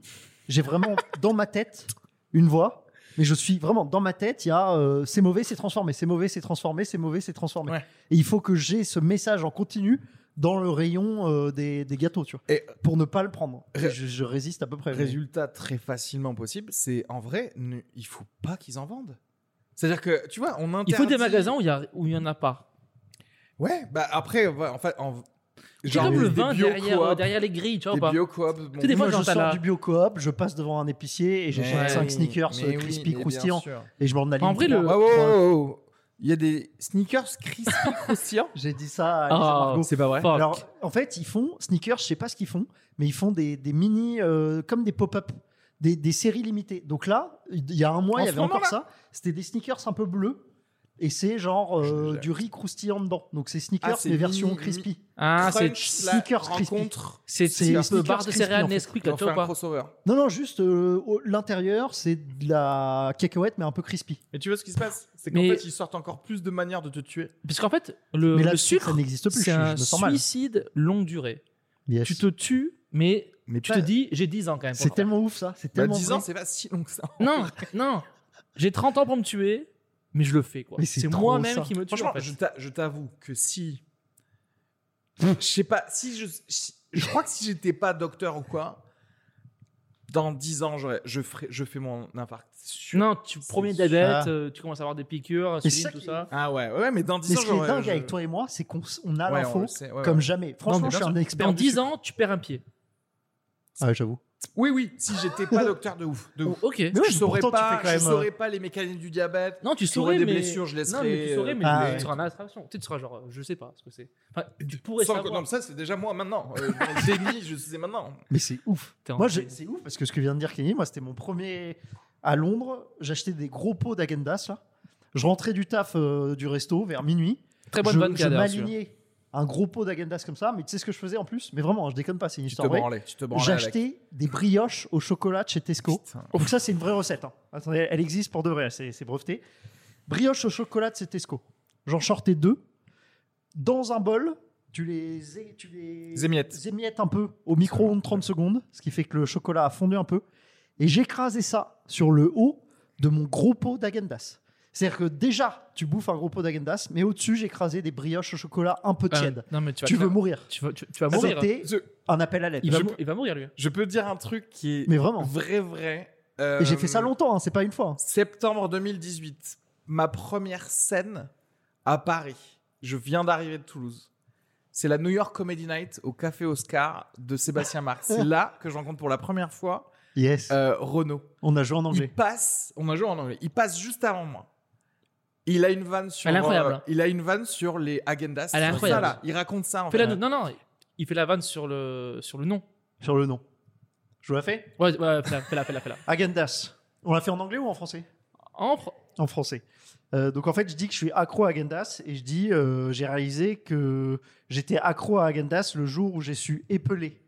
j'ai vraiment dans ma tête une voix. Mais je suis vraiment dans ma tête, il y a euh, c'est mauvais, c'est transformé, c'est mauvais, c'est transformé, c'est mauvais, c'est transformé. Ouais. Et il faut que j'ai ce message en continu dans le rayon euh, des, des gâteaux, tu vois, Et- pour ne pas le prendre. Ré- Je, je résiste à peu près. mais- Résultat très facilement possible, c'est en vrai, ne- il faut pas qu'ils en vendent. C'est-à-dire que, tu vois, on interdit... Il faut des magasins où il y a- où il y en a pas. Ouais, bah après, ouais, en fait... En... C'est comme des- le des vin bio derrière, coop, euh, derrière les grilles, tu vois ou Des pas. biocoop. bon, Tu sais, des fois, Moi, je genre, t'as sors la- du biocoop, je passe devant un épicier et j'achète mais 5 oui, sneakers mais euh, oui, crispy mais bien croustillants sûr. et je m'en aligne. En vrai, le- Ah, wow, wow, wow, wow. Il y a des sneakers [LAUGHS] crispy croustillants. J'ai dit ça à Alice et Ah, Margot. C'est pas vrai. fuck. Alors, en fait, ils font sneakers, je sais pas ce qu'ils font, mais ils font des, des mini, euh, comme des pop-up, des, des séries limitées. Donc là, il y a un mois, En il y ce avait encore moment-là ça. C'était des sneakers un peu bleus. Et c'est genre euh, Je- je- du riz croustillant dedans. Donc c'est Ah, sneakers, c'est mais version mini- crispy. ah, c'est Crunch, la sneakers crispy. rencontre. c'est c'est c'est un peu sneakers barre de crispy, céréales en fait. Nesquik là, On tu fait vois ou un pas. crossover. Non, non, juste euh, au- l'intérieur, c'est de la cacahuète, mais un peu crispy. Mais tu vois ce qui se passe C'est qu'en Mais- fait, ils sortent encore plus de manières de te tuer. Parce qu'en fait, le, mais là, Euh, le sucre, ça n'existe plus. c'est je, je un me sens mal. suicide longue durée. Yes. Tu te tues, mais Mais tu te dis, j'ai 10 ans quand même. pour C'est le faire. tellement ouf ça. C'est Bah, tellement 10 ans, vrai. c'est pas si long que ça. Non, non. J'ai 30 ans pour me tuer, mais je le fais quoi. Mais c'est C'est trop ça. moi-même qui me tue. Franchement, en fait. je t'a- je t'avoue que si. Hum. Je sais pas, si je. si- je crois que si j'étais pas docteur ou quoi, dans 10 ans, j'aurais- je, ferai, je fais mon infarct. c'est sûr. Non, tu premier ça. diabète, euh, tu commences à avoir des piqûres, insuline, ça tout qui- ça. Ah ouais, ouais, mais dans 10 Mais ans, ce qui est j'aurais- dingue je- avec toi et moi, c'est qu'on s- on Ouais, a on l'info le sait, ouais, comme ouais. jamais. Franchement, mais je bien suis un expert. Dans du 10 sucre. ans, tu perds un pied. Ah, j'avoue. Oui, oui, si j'étais pas docteur de ouf. De ouf. Ok. Mais ouais, je saurais pourtant, tu pas, fais quand je même, euh, saurais pas les mécanismes du diabète. Non, tu Je saurais des saurais mais- blessures, je laisserais, Non, mais tu saurais, mais Ah, tu ouais. seras en attraction. Tu sais, tu seras genre, euh, je sais pas ce que c'est. Enfin, tu pourrais Sans- savoir. non, ça, c'est déjà moi maintenant. [LAUGHS] Euh, dans le déni, je sais maintenant. Mais c'est ouf. T'es en- Moi, j'ai- c'est ouf parce que ce que vient de dire Kenny, moi, c'était mon premier à Londres. J'achetais des gros pots d'agendas là. Je rentrais du taf euh, du resto vers minuit. Très bonne je vanne, je Kader, celui-là. m'alignais un gros pot d'agendas comme ça. Mais tu sais ce que je faisais en plus Mais vraiment, hein, je déconne pas, c'est une Tu te histoire vraie. branlais, tu te branlais. avec. J'achetais des brioches au chocolat de chez Tesco. Putain. Donc ça, c'est une vraie recette. hein. Attendez, elle existe pour de vrai, c'est c'est breveté. Brioche au chocolat de chez Tesco. J'en sortais deux. Dans un bol, tu les, é- tu les Les émiettes. émiettes un peu au micro-ondes 30 secondes, ce qui fait que le chocolat a fondu un peu. Et j'écrasais ça sur le haut de mon gros pot d'agendas. C'est-à-dire que déjà, tu bouffes un gros pot d'agendas, mais au-dessus, j'écrasais des brioches au chocolat un peu Euh, tièdes. non, mais tu vas, tu cla- veux mourir. tu vas, tu- tu vas mourir. C'était Je- un appel à l'aide. Il va, Je- mou- il va mourir, lui. Je peux dire un truc qui est Mais vraiment. vrai, vrai. Euh, Et j'ai fait ça longtemps, hein, c'est pas une fois. hein. Septembre 2018, ma première scène à Paris. Je viens d'arriver de Toulouse. C'est la New York Comedy Night au Café Oscar de Sébastien Marx. C'est là que je rencontre pour la première fois Yes. euh, Renaud. On a joué en Il anglais. passe, on a joué en anglais, il passe juste avant moi. Il a une vanne sur, Elle est incroyable, euh, hein. il a une vanne sur les agendas. Elle est Sur incroyable. Ça, là. Il raconte ça en Fais fait. la... Non, non, il fait la vanne sur le, sur le nom. Sur le nom. Je vous la fais Ouais, ouais, fais-la, fais-la, fais-la. fais-la. Agendas. On l'a fait en anglais ou en français En pro- En français. Euh, donc en fait, je dis que je suis accro à Agendas et je dis, euh, j'ai réalisé que j'étais accro à Agendas le jour où j'ai su épeler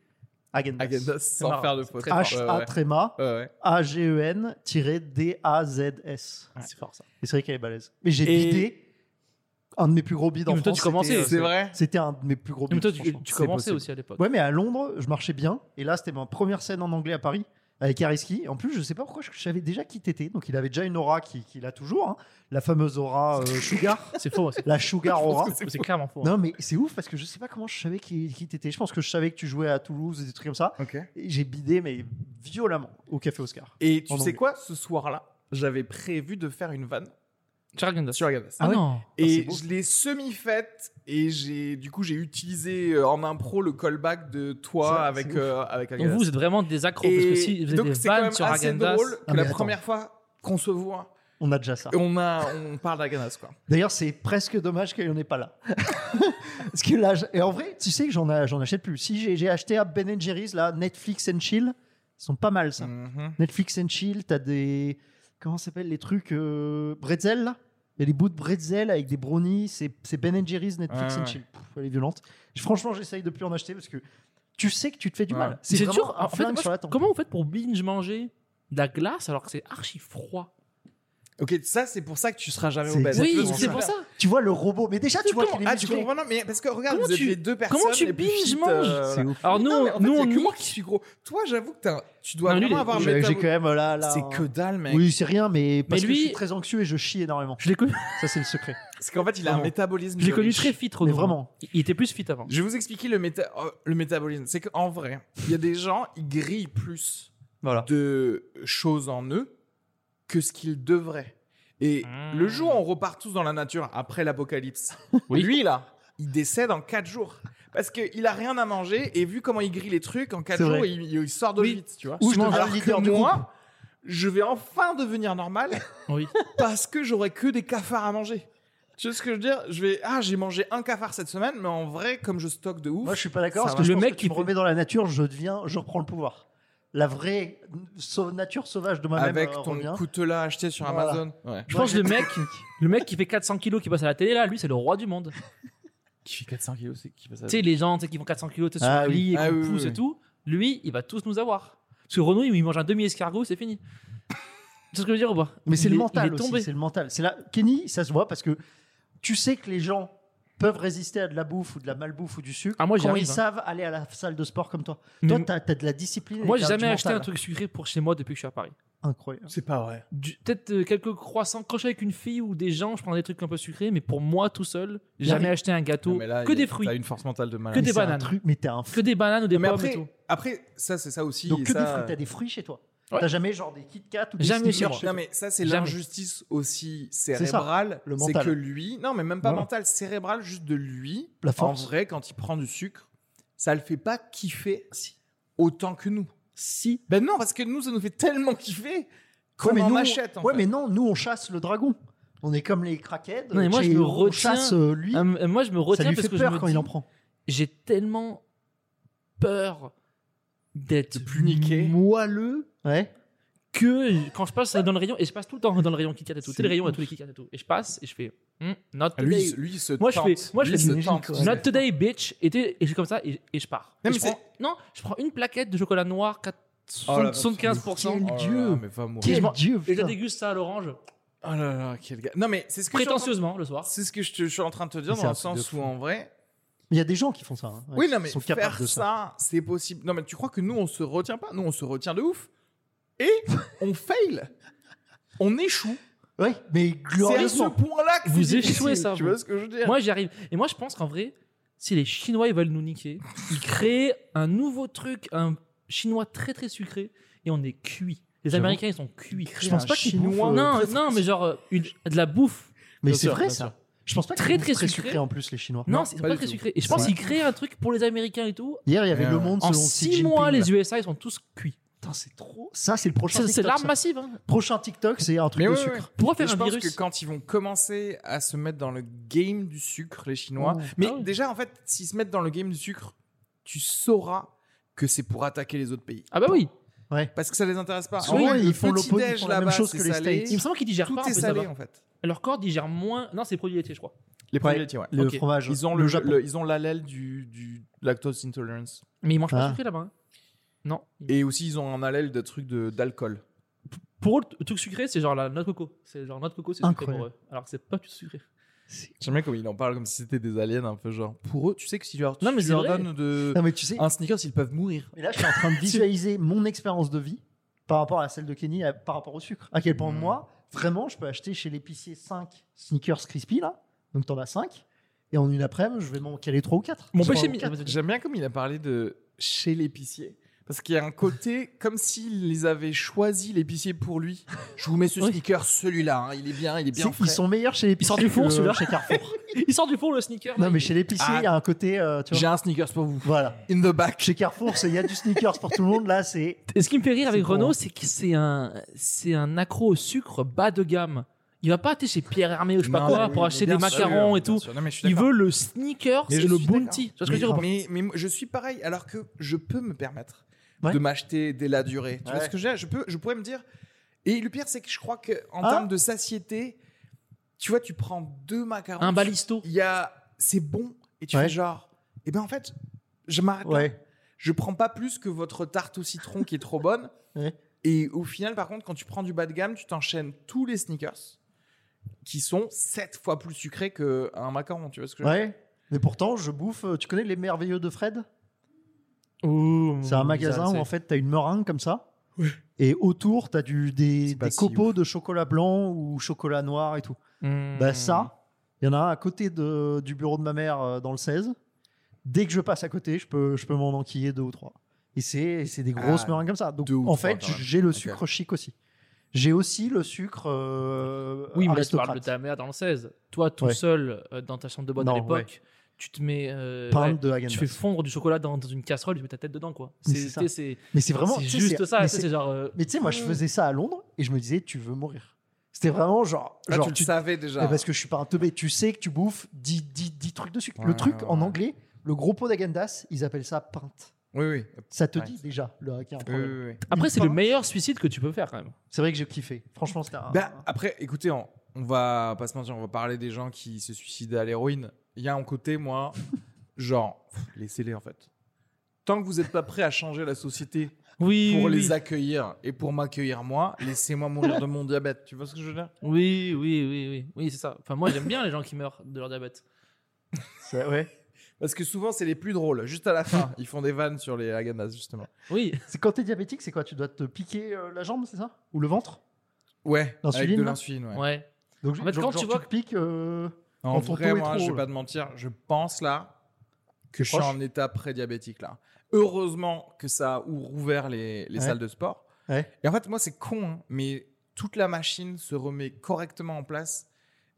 Agendas. Agendas sans marrant, faire de faute. h Ouais, a ouais. tréma Ouais, ouais. a g e n d a z s C'est fort, ça. Et c'est vrai qu'elle est balèze. Mais j'ai Et- vidé un de mes plus gros bids en mais toi, France. tu commençais, c'était- C'est euh, vrai. C'était un de mes plus gros bids. Mais toi, tu, franchement. tu c'est commençais possible. aussi à l'époque. Ouais, mais à Londres, je marchais bien. Et là, c'était ma première scène en anglais à Paris avec Ariski. En plus, je sais pas pourquoi je je savais déjà qui t'étais. Donc, il avait déjà une aura qui- qu'il a toujours. hein. La fameuse aura euh, Sugar. [LAUGHS] C'est faux, c'est [LAUGHS] La Sugar aura. [LAUGHS] c'est clairement faux. hein. Non, mais c'est ouf parce que je sais pas comment je savais qui, qui t'étais. Je pense que je savais que tu jouais à Toulouse et des trucs comme ça. Ok. Et j'ai bidé, mais violemment, au Café Oscar. Et tu En sais anglais. quoi Ce soir-là, j'avais prévu de faire une vanne Jargon sur Agendas. Ah non. Et c'est beau. je l'ai semi-faite et j'ai du coup j'ai utilisé euh, en impro le callback de C'est toi vrai, avec c'est ouf. euh, avec Donc Agendas. vous, vous êtes vraiment des accros. Parce que si vous donc êtes des c'est quand même vannes sur assez Agendas. drôle que Ah, mais la attends. première fois qu'on se voit, On a déjà ça. Ah. on a on parle d'Agendas quoi. D'ailleurs, c'est presque dommage qu'on n'est pas là. [LAUGHS] Parce que là, je- et en vrai, tu sais que j'en a- j'en achète plus. Si j'ai j'ai acheté à Ben Jerry's, là, Netflix and Chill, ils sont pas mal ça. Mhm. Netflix and Chill, t'as des. Comment ça s'appelle les trucs euh, Bretzel, là Il y a des bouts de Bretzel avec des brownies. C'est c'est Ben Jerry's Netflix Ouais, and ouais. Chill. Pff, elle est violente. Je- Franchement, j'essaye de plus en acheter parce que tu sais que tu te fais du Ouais. mal. C'est vraiment dur. un En fait, flingue moi, sur la je- tempe. comment vous faites pour binge manger de la glace alors que c'est archi froid Ok, ça c'est pour ça que tu seras jamais au C'est bas. Oui, Exactement c'est pour ça. Tu vois le robot, mais déjà tu vois qu'il est Ah, tu musclé. comprends Non, mais parce que regarde, Comment vous êtes tu- les deux personnes. comment tu les plus binges fit, manges euh, C'est ouf. Alors Mais nous, non, mais en fait, nous y a on que moi nique. qui suis gros. Toi, j'avoue que t'as- tu dois Non, lui, il vraiment est- avoir. un J'ai j'ai métabo- quand même euh, là. là C'est un- que dalle, mec. Oui, c'est rien, mais parce Mais que lui- je suis très anxieux et je chie énormément. Je l'ai connu, Ça, c'est le secret. Parce qu'en fait, il a un Vraiment. métabolisme. je l'ai de connu riche. très fit, Renaud. Mais vraiment. Il il était plus fit avant. Je vais vous expliquer le, méta- euh, le métabolisme. C'est qu'en vrai, il y a des gens, ils grillent plus Voilà. de choses en eux que ce qu'ils devraient. Et Hmm. Mmh. le jour où on repart tous dans la nature après [LAUGHS] l'apocalypse, Oui. lui là, il décède en 4 jours. Parce qu'il a rien à manger et vu comment il grille les trucs, en 4 C'est jours, vrai. il, il sort de Oui. vite, tu vois. Ou je deviens Alors le que leader du moi, je vais enfin devenir normal Oui. parce que j'aurai que des cafards à manger. Tu sais ce que je veux dire Je vais ah j'ai mangé un cafard cette semaine, mais en vrai comme je stocke de ouf. Moi, je suis pas d'accord. Ça va. Parce que je Le pense mec que qui tu me fait- remets dans la nature, je deviens, je reprends le pouvoir. La vraie sau- nature sauvage de moi-même avec euh, ton revient. couteau là acheté sur Voilà. Amazon. Ouais. Je Moi, pense [LAUGHS] que j'ai le mec, le mec qui fait 400 kilos, qui passe à la télé, là, lui, c'est le roi du monde. Qui fait 400 kilos, c'est qui passe à Tu sais, les gens tu sais, qui font 400 kilos, tu sais, sur Ah un oui. lit, et Ah qu'on oui, pousse oui, et oui. tout, lui, il va tous nous avoir. Parce que Renaud, il mange un demi-escargot, c'est fini. C'est ce que je veux dire ou pas Mais c'est Il le est- mental Il est tombé. aussi. C'est le mental. C'est là, Kenny, ça se voit parce que tu sais que les gens peuvent résister à de la bouffe ou de la malbouffe ou du sucre Ah, moi, j'y quand arrive, ils hein. savent aller à la salle de sport comme toi. Mais toi, m- t'as as de la discipline. et moi, j'ai t'as du jamais acheté mental. un truc sucré pour chez moi depuis que je suis à Paris. incroyable. C'est pas vrai. Du- Peut-être euh, quelques croissants. Quand je suis avec une fille ou des gens, je prends des trucs un peu sucrés, mais pour moi, tout seul, j'ai Y a jamais rien. acheté un gâteau. que des fruits, T'as une force mentale de malade. Que des Mais c'est un bananes. truc- mais t'es un que des bananes ou des mais pommes et après, tout. après, ça c'est ça aussi. Donc et que des ça- fruits, t'as des fruits chez toi. Ouais. T'as jamais genre des Kit Kat ou des Jamais chez Snickers moi. Non mais ça c'est Jamais. l'injustice aussi ça, cérébrale, le c'est mental. que lui, non mais même pas Voilà. mental, cérébrale juste de lui. La force. En vrai, quand il prend du sucre, ça le fait pas kiffer autant que nous. Si. Ben non, parce que nous ça nous fait tellement kiffer qu'on Ouais, mais en nous, achète. En ouais, fait. mais non, nous on chasse le dragon. On est comme les craquettes. Non, mais moi, je me on retiens chasse euh, lui. Euh, euh, moi, je me ça retiens lui parce fait que je peur me quand dis, il en prend. j'ai tellement peur d'être De plus niquer. moelleux Ouais. que quand je passe dans le rayon et je passe tout le temps dans le rayon Kit Kat et tout, tu sais, C'est le rayon à ouf. tous les Kit Kat et tout, et je passe et je fais hmm, not Ah, today, Ah, Lui, il- lui il se Moi, je tente. fais- moi, je Lui, fais il se une tente. logique, ouais. not today bitch, et, t'es- et je suis comme ça et, et je pars. Non, Et mais je prends- non, je prends une plaquette de chocolat noir 4, Oh la vache. 75%. Oh là Dieu. là, mais va mourir. Quel dieu. Et je putain. déguste ça à l'orange, Oh là là, quel gars. Non mais c'est ce que je suis en train- prétentieusement le soir. c'est ce que je, te- je suis en train de te dire Mais c'est dans un le truc de sens où fou. en vrai, Il y a des gens qui font ça. hein, ouais, Oui, qui non, mais sont capables faire de ça, c'est possible. Non, mais tu crois que nous, on se retient pas Nous, on se retient de ouf. Et [LAUGHS] on fail. On échoue. Ouais, C'est mais à ce glorieusement. point-là que Vous c'est difficile, échouez, ça, Tu vous. vois ce que je veux dire Moi, j'y arrive. Et moi, je pense qu'en vrai, si les Chinois ils veulent nous niquer, ils créent un nouveau truc, un chinois très très sucré, et on est cuit. Les J'avoue. Américains, ils sont cuits. Je pense pas qu'ils bouffent, euh, Non, très, très non, mais genre euh, une- de la bouffe. Mais Bien c'est sûr, vrai bien sûr. ça. Je pense pas Très, qu'ils très bouffent très sucré. sucré en plus les Chinois. Non, Non, c'est pas pas, du très tout. sucré. Et je pense Ouais. qu'ils créent un truc pour les Américains et tout. Hier, il y Ouais, avait le ouais. monde Euh, En selon Xi 6 Jinping. mois, là. les USA, ils sont tous cuits. Putain, c'est trop. Ça, c'est le prochain. C'est c'est TikTok, l'arme ça. massive. hein. Prochain TikTok, c'est un truc Mais de ouais, ouais. sucre. Pourquoi Et faire je un pense que virus quand ils vont commencer à se mettre dans le game du sucre, les Chinois. Mais Oh. Ah ouais. déjà, en fait, s'ils se mettent dans le game du sucre, tu sauras que c'est pour attaquer les autres pays. Ah bah oui. Parce que ça les intéresse pas. Souvent, vrai, Ah ils le font l'opposite, ils petit-déj font la là-bas, même chose c'est que les salé. States. Il me semble qu'ils digèrent Tout pas. en est fait, salé, là-bas. en fait. Leur corps digère moins. Non, c'est les produits laitiers, je crois. Les produits produits laitiers, ouais. Le Ok. fromage. Ils ont le le, Japon. le- ils ont l'allèle du, du lactose intolerance. Mais ils mangent pas Ah. sucré là-bas. hein. Non. Et aussi, ils ont un allèle de trucs de- d'alcool. Pour eux, le truc sucré, c'est genre la noix de coco. C'est genre noix de coco, c'est sucré pour Incroyable. eux. Alors que c'est pas du tout sucré. [LAUGHS] J'aime bien comme il en parle comme si c'était des aliens un peu genre. Pour eux, tu sais que si leur, Non, mais tu c'est leur vrai. donnes de, Non, mais tu sais, Ah. un sneakers, ils peuvent mourir. Mais là, je suis en train [LAUGHS] de visualiser mon expérience de vie par rapport à celle de Kenny, à- par rapport au sucre. À quel point Hmm. Mm. moi, vraiment, je peux acheter chez l'épicier 5 sneakers crispy, là. Donc, t'en as 5. Et en une après-midi, je vais m'en caler 3 ou 4. Mon péché, mi- J'aime bien comme il a parlé de chez l'épicier. Parce qu'il y a un côté comme s'il les avait choisi l'épicier pour lui. Je vous mets ce Oui. sneaker, celui-là, hein, il est bien, Eh il est bien frais. Ils sont meilleurs chez Il l'épicier. sort du four, que celui-là. Ah. Chez Carrefour. il sort du four le sneaker. [LAUGHS] non, là, mais il- chez l'épicier, il y a un côté. euh, tu J'ai vois. un sneakers pour vous. Voilà. In the back. Chez Carrefour, c'est- il y a du sneakers pour tout le monde. Là, c'est. [LAUGHS] Et ce qui me fait rire C'est avec bon. Renault, c'est que c'est un, c'est un accro au sucre bas de gamme. Il va pas acheter chez Pierre Hermé ou je sais pas Non, quoi mais pour oui, acheter bien des sûr, macarons et bien tout. sûr. Non, mais je suis Il d'accord. veut le sneaker, Mais c'est je le suis bounty. Tu vois ce que je veux dire ou pas mais, mais moi, je suis pareil, alors que je peux me permettre Ouais. de m'acheter dès la durée. Tu vois Ouais. ce que je veux dire je, peux, je pourrais me dire. Et le pire, c'est que je crois que en Ah. termes de satiété, tu vois, tu prends deux macarons. Un tu- balisto. Il y a, c'est bon, et tu Ouais. fais genre, eh ben en fait, je m'arrête. là. Ouais. Je prends pas plus que votre tarte au citron qui est trop bonne. [LAUGHS] Ouais. Et au final, par contre, quand tu prends du bas de gamme, tu t'enchaînes tous les sneakers qui sont 7 fois plus sucrés qu'un macaron. Tu vois ce que je veux dire Ouais. Mais pourtant, je bouffe. euh, Tu connais les merveilleux de Fred Ouh, Oh, C'est un magasin Mmh, ça, où c'est- en fait t'as une meringue comme ça. Et autour, t'as du, des, C'est pas des si copeaux de chocolat blanc ou chocolat noir et tout. Mmh. Hmm. Bah ça, il y en a un à côté de- du bureau de ma mère euh, dans le 16. Dès que je passe à côté, je peux, je peux m'en enquiller deux ou trois. Et c'est c'est des grosses Ah, meringues comme ça. Donc deux ou en trois, fait, quand même. j'ai le Ok. sucre chic aussi. J'ai aussi le sucre euh, Oui, Ah, mais là, tu aristocrate. parles de ta mère dans le 16. Toi, tout Ouais. seul, euh, dans ta chambre de bonne à Non, l'époque, tu te mets. euh, Pinte ouais, de Häagen-Dazs. tu fais fondre du chocolat dans, dans une casserole, tu mets ta tête dedans, quoi. Mais C'est c'est ça. tu sais, c'est- Mais c'est vraiment c'est tu sais, juste c'est- ça. mais tu sais, c'est- C'est genre. euh, Mais tu sais, moi, je faisais ça à Londres et je me disais, tu veux mourir. C'était vraiment genre, Ah, genre tu le tu- savais déjà. Mais parce que je suis pas un teubé. Tu sais que tu bouffes 10, 10, 10 trucs de sucre. Ouais, le truc ouais, en ouais. anglais, le gros pot d'Agendas, ils appellent ça pinte. Oui, oui. Ça te Ouais. Euh, dit déjà le qu'il y a un Oui, problème. oui, oui. Après, c'est le Enfin. meilleur suicide que tu peux faire, quand même. C'est vrai que j'ai kiffé. Franchement, c'était un. Bah, après, écoutez, on, on va pas se mentir, on va parler des gens qui se suicident à l'héroïne. Il y a un côté, moi, [LAUGHS] genre, pff, laissez-les en fait. Tant que vous n'êtes pas prêt à changer la société [LAUGHS] Oui. pour oui, les oui. accueillir et pour m'accueillir moi, laissez-moi mourir de mon diabète. Tu vois ce que je veux dire Oui, oui, oui, oui. Oui, c'est ça. Enfin, moi, j'aime bien les gens qui meurent de leur diabète. C'est- ouais. Parce que souvent, c'est les plus drôles. Juste à la [LAUGHS] fin, ils font des vannes sur les Haganas, justement. Oui. C'est quand t'es diabétique, c'est quoi Tu dois te piquer euh, la jambe, c'est ça Ou le ventre Ouais, avec L'insuline, de là l'insuline, ouais. Ouais. Donc, En fait, genre- quand genre, tu vois te piques, euh, En Quand ton vrai, taux est moi, trop je vais haut, pas te mentir, je pense là que je suis proche. en état pré-diabétique là. Heureusement que ça a rouvert les, les Ouais. salles de sport. Ouais. Et en fait, moi, c'est con, hein, mais toute la machine se remet correctement en place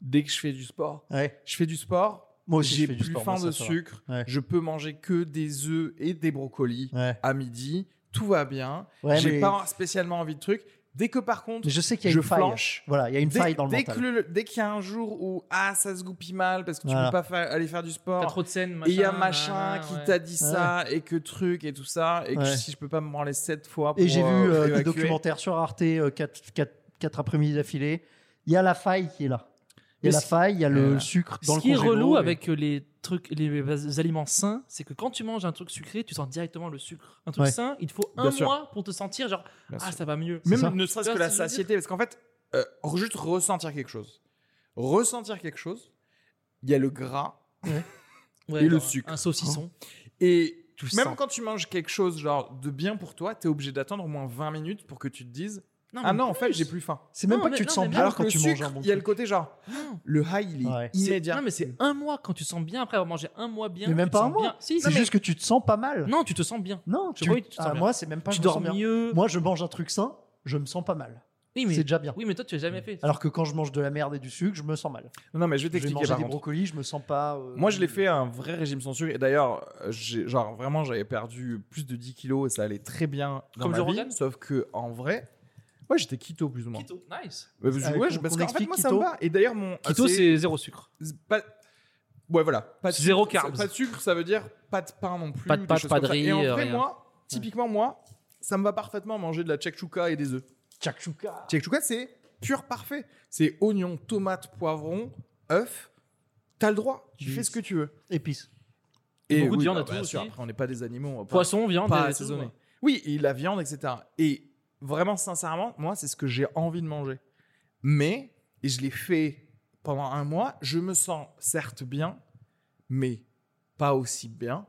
dès que je fais du sport. ouais. Je fais du sport, Moi aussi, j'ai je fais du plus sport, faim moi, ça, de ça va. sucre, Ouais. je peux manger que des œufs et des brocolis Ouais. à midi, tout va bien, Ouais, j'ai mais- pas spécialement envie de trucs. Dès que par contre, Mais je sais qu'il y a je une faille. flanche, Voilà, il y a une Dès, faille dans le dès mental. que le- dès qu'il y a un jour où ah ça se goupille mal parce que tu Voilà. peux pas faire- aller faire du T'as sport trop de scènes, machin. et il y a machin nanana, qui ouais. t'a dit ça et que truc et tout ça et que Ouais. si je peux pas me branler sept fois pour Et j'ai vu euh, euh, des évacuer. documentaires sur Arte, euh, 4, après-midi d'affilée. Il y a la faille qui est là. Mais Il y a la ce- faille, il y a le Voilà. sucre dans Ce le qui est congélo, relou mais- avec euh, les trucs, les, les aliments sains, c'est que quand tu manges un truc sucré, tu sens directement le sucre. Un truc Ouais. sain, il te faut Bien un sûr. mois pour te sentir genre Bien ah sûr. ça va mieux. C'est ça. même ne serait-ce Tu que vois la ce que je veux satiété parce qu'en fait euh, juste ressentir quelque chose ressentir quelque chose il y a le gras Ouais, Et le genre, sucre. Un saucisson. et Tu même sens. quand tu manges quelque chose genre de bien pour toi t'es obligé d'attendre au moins 20 minutes pour que tu te dises ah mais non en fait plus. j'ai plus faim C'est même Non, pas mais- que tu te non, sens mais bien alors que quand le tu manges un sucre bon il y a le truc. côté genre hmm, Non. le high il est Ouais. C'est- immédiat Non mais c'est un mois quand tu sens bien après avoir mangé un mois bien. Mais même tu te pas un sens mois. bien. Si, C'est non, mais- juste que tu te sens pas mal. Non, tu te sens bien. Non, Je crois que tu te sens Ah, bien. moi c'est même pas tu je me dors sens bien. mieux. Moi je mange un truc sain, je me sens pas mal. oui mais C'est déjà bien. oui mais toi tu l'as jamais fait. Alors que quand je mange de la merde et du sucre, je me sens mal. Non, non, mais je vais Je vais t'expliquer manger par des contre. brocolis, je me sens pas. euh, Moi, je l'ai fait un vrai régime sans sucre. Et d'ailleurs, euh, j'ai- genre vraiment, j'avais perdu plus de 10 kilos et ça allait très bien dans Comme ma Joe vie. Rogan Sauf que en vrai, ouais, j'étais keto Ah, plus ou moins. Keto, nice. Ouais, parce que- Avec- ouais, je- on- parce on qu'en fait, explique moi, ça me keto. va. Et d'ailleurs, mon Keto c'est zéro sucre. c'est pas- ouais, voilà, pas de sucre, Zéro carbs. Pas de sucre, ça veut dire pas de pain non plus. Pas de des pâtes, choses pas comme de ça. Et en riz, vrai, rien. moi, typiquement moi, ça me va parfaitement manger de la tchakchouka et des œufs. Tchakchouka. Tchakchouka, c'est pur parfait. C'est oignon, tomate, poivron, œuf. T'as le droit. Tu fais Juste. ce que tu veux. Épices. Et beaucoup de viande bah, à tout bien sûr, aussi. Après, on n'est pas des animaux. on va pas- Poisson, viande, pas et- assaisonné. Oui, et la viande, etc. Et vraiment, sincèrement, moi, c'est ce que j'ai envie de manger. Mais, et je l'ai fait pendant un mois, je me sens certes bien, mais pas aussi bien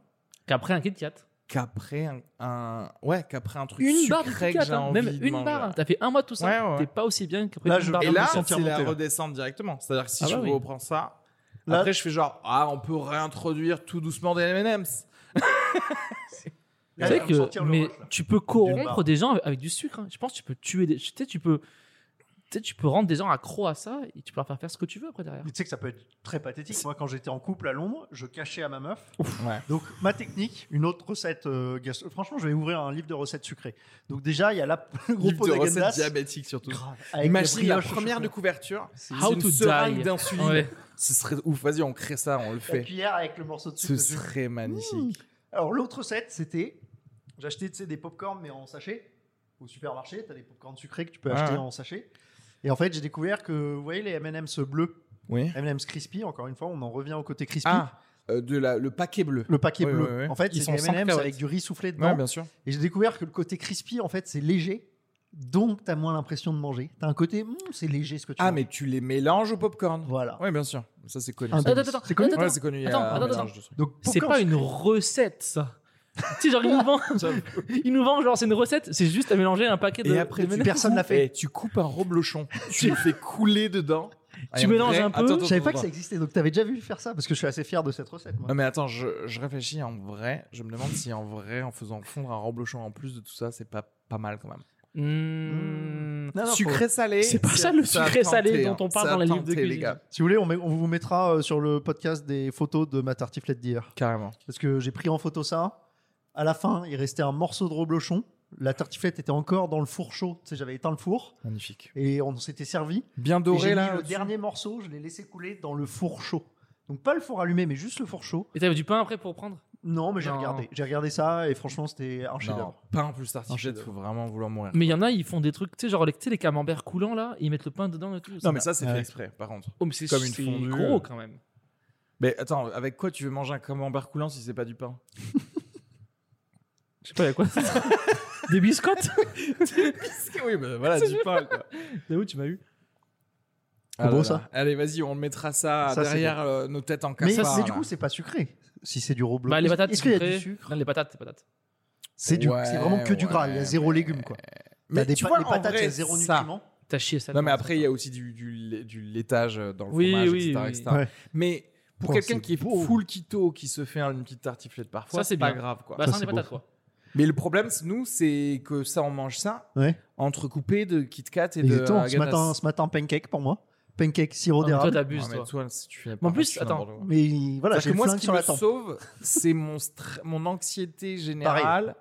Qu'après un Kit Kat. qu'après un, un- ouais, qu'après un truc Une barre de sucré Kit que Kat, j'ai hein. envie même de une manger. barre. T'as fait un mois tout ça. Ouais, ouais. T'es pas aussi bien qu'après Là, une je- barre. Et de là, me sentir c'est la monter, là. redescente directement. C'est-à-dire que si Ah je bah oui. reprends ça, Là- après, je fais genre, ah, on peut réintroduire tout doucement des M&M's. Tu sais que mais tu peux corrompre barre. des gens avec- avec du sucre. hein. Je pense que tu peux tuer des. Tu sais, tu peux. Tu sais, tu peux rendre des gens accros à ça et tu peux leur faire faire ce que tu veux après derrière. Tu sais que ça peut être très pathétique. Moi, quand j'étais en couple à Londres, je cachais à ma meuf. Ouais. Donc, ma technique, une autre recette. euh, gastro- Franchement, je vais ouvrir un livre de recettes sucrées. Donc, déjà, il y a la, [LAUGHS] le gros Livre pot de d'Agendas. recettes diabétiques, surtout. Grave. Avec Imagine la brioche au première de chocolat. couverture. C'est How une to seringue die. d'insuline. Ouais. Ce serait ouf. Vas-y, on crée ça, on le La fait. cuillère avec le morceau de sucre. Ce dessus. serait magnifique. Alors, l'autre recette, c'était. J'achetais, tu sais, des pop-corn, mais en sachet. Au supermarché, t'as des pop-corn sucrés que tu peux Ouais, acheter ouais. en sachet. Et en fait, j'ai découvert que, vous voyez, les M&M's bleus, Mmh. Oui. M&M's crispy, encore une fois, on en revient au côté crispy. Ah, euh, de la, le paquet bleu. Le paquet Ouais, bleu. ouais, ouais. En fait, Ils c'est sont des sans M&M's cacahuètes. avec du riz soufflé Ouais, dedans. bien sûr. Et j'ai découvert que le côté crispy, en fait, c'est léger. donc t'as moins l'impression de manger. T'as un côté, Hum, c'est léger ce que tu Ah, manges. mais tu les mélanges au popcorn. Voilà. Oui, bien sûr. Ça, c'est connu. Un ça. Attends, attends, C'est attends, connu attends, Ouais, c'est connu. il y a attends, un attends, mélange attends. de trucs. Donc, C'est popcorn, pas une recette, ça. tu sais, genre, ils [LAUGHS] nous vendent, ils nous vendent, genre, c'est une recette, c'est juste à mélanger un paquet de. Et après, de tu- mélange. personne l'a fait. Et Eh, tu coupes un reblochon, tu le fais couler dedans. Tu Et mélanges après- un peu. Attends, attends, Je savais pas que attends. ça existait, donc t'avais déjà vu faire ça, parce que je suis assez fier de cette recette. Moi. Non mais attends, je, je réfléchis en vrai. Je me demande si en vrai, en faisant fondre un reblochon en plus de tout ça, c'est pas pas mal quand même. Mmh. Non, non, faut- Euh, sucré salé. C'est pas ça, le sucré salé dont on parle dans la les livre de cuisine. les gars. Si vous voulez, on, met- on vous mettra euh, sur le podcast des photos de ma tartiflette d'hier. Carrément. Parce que j'ai pris en photo ça. À la fin, il restait un morceau de reblochon. La tartiflette était encore dans le four chaud. Tu sais, j'avais éteint le four Magnifique. et on s'était servi. Bien Et j'ai doré mis là. le au-dessus. dernier morceau, je l'ai laissé couler dans le four chaud. Donc pas le four allumé, mais juste le four chaud. Et t'avais du pain après pour prendre Non, mais j'ai Non. regardé. J'ai regardé ça et franchement, c'était un Non, chef-d'œuvre. pain plus tartiflette, chef-d'œuvre. faut vraiment vouloir mourir. Mais il y en a, ils font des trucs, tu sais, genre les, tu sais, les camemberts coulants là, ils mettent le pain dedans et tout. Non mais ça c'est Ouais. fait exprès par contre. Oh, mais c'est comme une c'est fondue, euh. gros quand même. Mais attends, avec quoi tu veux manger un camembert coulant si c'est pas du pain Je sais pas, il y a quoi [LAUGHS] Des biscottes Oui, bah voilà, C'est du pain quoi. Là où tu m'as eu Ah beau, là ça. là. Allez, vas-y, on le mettra ça, Ça, c'est derrière euh, nos têtes en Mais, cafard. mais du là. coup, c'est pas sucré. Si c'est du reblochon. Bah les patates, Est-ce qu'il y a du sucrées. sucre Non, les patates, les patates. C'est du- Ouais, c'est vraiment que du gras. Il y a ouais, zéro mais- légumes quoi. Mais T'as des tu pa- vois, les en patates, il y a vrai, zéro ça. nutriments. T'as chié ça. Non, mais après, il y a aussi du, du, lait- du laitage euh, dans le Oui, fromage, oui, etc. oui. etc. Ouais. Mais pour Oh, quelqu'un c'est qui est beau. full keto, qui se fait une petite tartiflette parfois, Ça, c'est c'est pas bien. grave. Quoi. Bah, Ça, ça, c'est des patates, beau. quoi. Mais le problème, c'est- nous, c'est que ça, on mange ça, Ouais. entrecoupé de Kit Kat et Exactement. de ce matin, ce matin, pancake pour moi. Pancake sirop Ah, mais toi, d'érable. t'abuses, toi. En en plus, plus, attends. attends. Mais voilà, j'ai que le moi, ce flingue qui sur me la tempe. sauve, c'est mon, stre- mon anxiété générale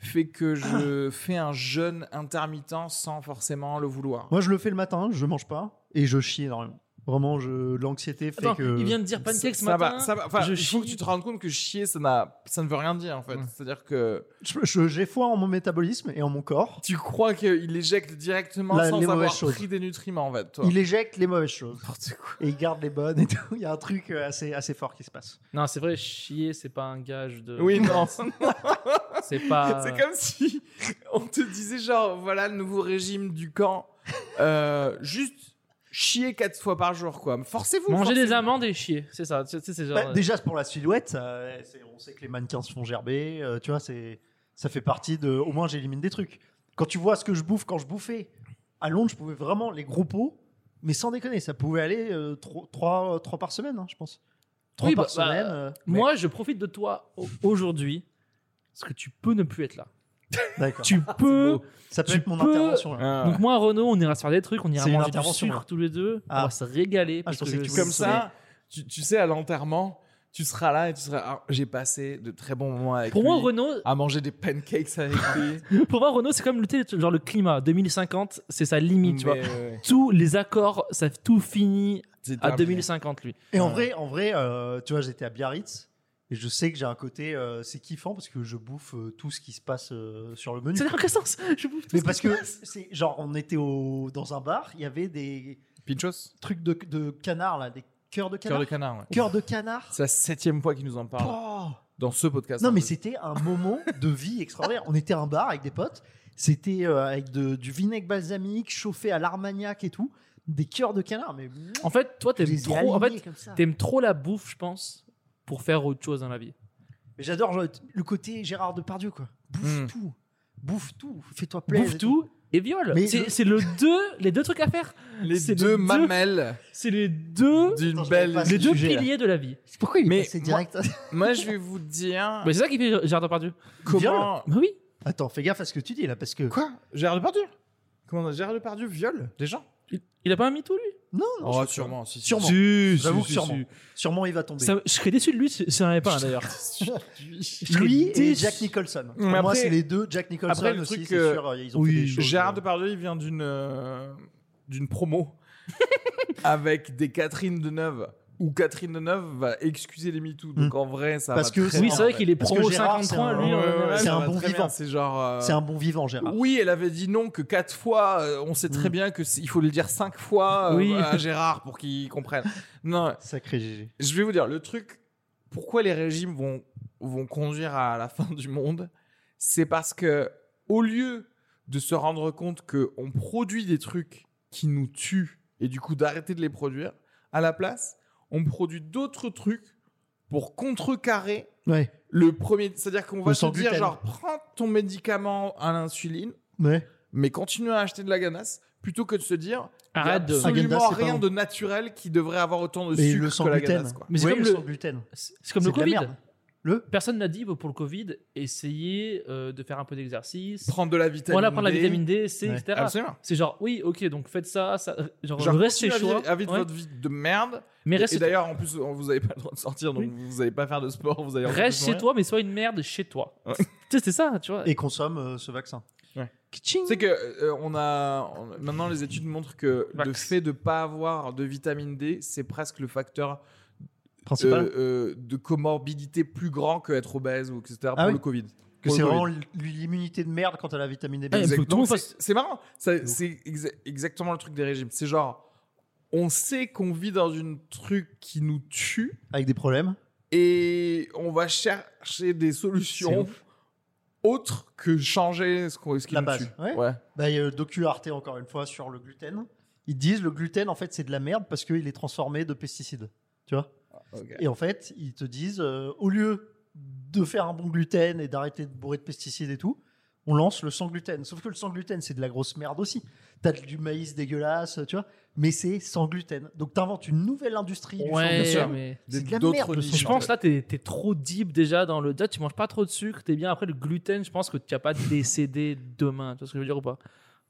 fait que je fais un jeûne intermittent sans forcément le vouloir. Moi, je le fais le matin, je mange pas et je chie énormément. Vraiment, je l'anxiété fait Attends, que. il vient de dire pancake ce Ça va, matin. ça va. Enfin, je il faut que chie. tu te rendes compte que chier, ça, n'a- ça ne veut rien dire en fait. Mm. C'est-à-dire que Je- je- J'ai foi en mon métabolisme et en mon corps. tu crois qu'il éjecte directement La- sans les avoir mauvaises pris choses. des nutriments en fait. Toi. Il éjecte les mauvaises choses N'importe quoi. et il garde les bonnes et tout. Il y a un truc euh, assez, assez fort qui se passe. Non, c'est vrai, chier, c'est pas un gage de. Euh, Oui, [LAUGHS] non. [LAUGHS] C'est Ah. [LAUGHS] pas. C'est comme si on te disait genre voilà le nouveau régime du camp. Euh, juste chier quatre fois par jour quoi. Forcez-vous. Manger des forcez-vous. amandes et chier. C'est ça. tu sais, C'est genre. euh, Bah, déjà, c'est pour la silhouette, ça, ouais, c'est- on sait que les mannequins se font gerber. euh, tu vois, c'est ça fait partie de. Au moins, j'élimine des trucs. Quand tu vois ce que je bouffe, quand je bouffais à Londres, je pouvais vraiment les gros pots, mais sans déconner, ça pouvait aller euh, 3, par semaine, hein, je pense. 3 Oui, par bah, bah, semaine. euh, Moi, je profite de toi au- aujourd'hui parce que tu peux ne plus être là. D'accord. Tu peux. Ça peut tu être mon peux- intervention. hein. là. Ah. Donc moi, Renaud, on ira se faire des trucs, on ira C'est une manger du intervention, sucre moi. tous les deux. Ah. On va se régaler. parce pensais que tu voulais comme ça, tu, tu sais à l'enterrement, tu seras là et tu seras. Ah, J'ai passé de très bons moments avec Pour lui. moi, Renaud, à manger des pancakes [LAUGHS] avec lui. pour moi, Renaud, c'est comme le, tu sais, genre le climat. 2050, c'est sa limite, tu Mais, vois. ouais, Tous les accords, ça tout finit c'est à terminé. 2050, lui. Et en Ouais. vrai, en vrai, euh, tu vois, j'étais à Biarritz et je sais que j'ai un côté, euh, c'est kiffant parce que je bouffe euh, tout ce qui se passe euh, sur le menu. C'est dans quel sens Je bouffe tout Mais ce parce qui- que c'est genre, on était au, dans un bar, il y avait des Pinchos trucs de, de canard là, des cœurs de Cœur canard. de canard, ouais. Cœur de canard. C'est la septième fois qu'il nous en parle Oh dans ce podcast. non, en mais plus. c'était un moment de vie extraordinaire. On était à un bar avec des potes. C'était euh, avec de- du vinaigre balsamique chauffé à l'armagnac et tout. Des cœurs de canard, mais En fait, toi, je les t'aimes ai trop. En alignés fait, comme ça. t'aimes trop la bouffe, je pense, pour faire autre chose dans la vie. Mais j'adore genre, le côté Gérard Depardieu, quoi. Bouffe Mm. tout. Bouffe tout. Fais-toi plaisir. Hmm. Bouffe tout et viol. Mais C'est le- c'est le deux, les deux trucs à faire. les c'est deux, les deux- mamelles C'est les deux, d'une Hein Attends, je belle. savais pas les ce deux sujet, là. piliers de la vie. Pourquoi il Mais est passé moi- direct [LAUGHS] [LAUGHS] Moi, je vais vous dire Mais c'est ça qui fait Gérard Depardieu. comment. Bah oui. Attends, fais gaffe à ce que tu dis, là, parce que... Quoi Gérard Depardieu Comment on a- Gérard Depardieu viole des gens Il, il a pas un mytho, lui. Non, non, Oh. je- sûrement, si, si. Sûrement. Si, J'avoue si, que si, sûrement. si. Sûrement, il va tomber. Ça- je serais déçu de lui si- s'il n'y en avait pas un, d'ailleurs. [LAUGHS] Je serais Lui et déçu. Jack Nicholson. Mais Pour moi, après- c'est les deux. Jack Nicholson après, le aussi, truc, c'est euh, sûr, euh, ils ont fait des choses... Gérard euh, Depardieu, il vient d'une euh, d'une promo [LAUGHS] avec des Catherine Deneuve où Catherine Deneuve va excuser les MeToo. Donc en vrai, ça Parce va que très Oui, bien, c'est vrai en qu'il est Parce que pro 53, Gérard, c'est un- lui. hein, Ouais, on ouais, est- ouais, c'est ça un va bon très bien, vivant. C'est genre. euh, C'est un bon vivant, Gérard. Oui, elle avait dit non que quatre fois. euh, on sait très Mm. bien que c'est- il faut le dire cinq fois euh, Oui. à Gérard pour qu'il comprenne. Non, Sacré GG. je vais vous dire le truc. Pourquoi les régimes vont vont conduire à la fin du monde C'est parce que au lieu de se rendre compte qu'on produit des trucs qui nous tuent et du coup d'arrêter de les produire. À la place, on produit d'autres trucs pour contrecarrer Ouais. le premier. C'est-à-dire qu'on va Le se sans dire gluten. genre prends ton médicament à l'insuline, Ouais. mais continue à acheter de la ganasse plutôt que de se dire il y a Arrête de. Ah, Häagen-Dazs, absolument c'est pas rien bon. de naturel qui devrait avoir autant de Et sucre le sans que la gluten. ganasse. quoi. Mais c'est Ouais, comme le le- sans gluten. C'est c'est comme C'est le de la Covid. merde. Le Personne n'a dit bah, pour le Covid, essayez euh, de faire un peu d'exercice. Prendre de la vitamine Voilà, prendre la D. vitamine D, C, Ouais. etc. Absolument. C'est genre, oui, ok, donc faites ça, ça genre, Genre, restez continuez à choix. vivre- à vivre ouais. votre vie de merde. mais Et reste, d'ailleurs, en plus, on- vous n'avez pas le droit de sortir, donc vous n'allez pas faire de sport, vous allez reste chez toi, mais sois une merde chez toi. Ouais. Tu sais, c'est ça, tu vois. Et consomme euh, ce vaccin. C'est que euh, on a on- maintenant les études montrent que le Vax. fait de pas avoir de vitamine D, c'est presque le facteur euh, Principal. euh, de comorbidité plus grand que être obèse ou etc pour Ah oui. le Covid. que pour c'est le vraiment l- l'immunité de merde quand t'as la vitamine D. Ah, il faut que Exact- tout le monde donc, fasse- c'est- C'est marrant. Ça- C'est exa- exactement le truc des régimes. C'est genre on sait qu'on vit dans une truc qui nous tue Avec des problèmes. et on va chercher des solutions autres que changer ce, qu'on- ce qui La nous base, tue. ouais. Bah, il y a le docu Arte encore une fois sur le gluten. Ils disent le gluten en fait c'est de la merde parce qu'il est transformé de pesticides. Tu vois Ok. Et en fait, ils te disent, euh, au lieu de faire un bon gluten et d'arrêter de bourrer de pesticides et tout, on lance le sans gluten. Sauf que le sans gluten, c'est de la grosse merde aussi. T'as du maïs dégueulasse, tu vois, mais c'est sans gluten. Donc t'inventes une nouvelle industrie du sans Ouais, bien sûr. gluten. mais. C'est de Des- la D'autres merde, le niches, Je Non, pense en fait. là, t'es t'es trop deep déjà dans le. Déjà, tu manges pas trop de sucre, t'es bien. Après, le gluten, je pense que tu vas pas décéder demain. Tu vois ce que je veux dire ou pas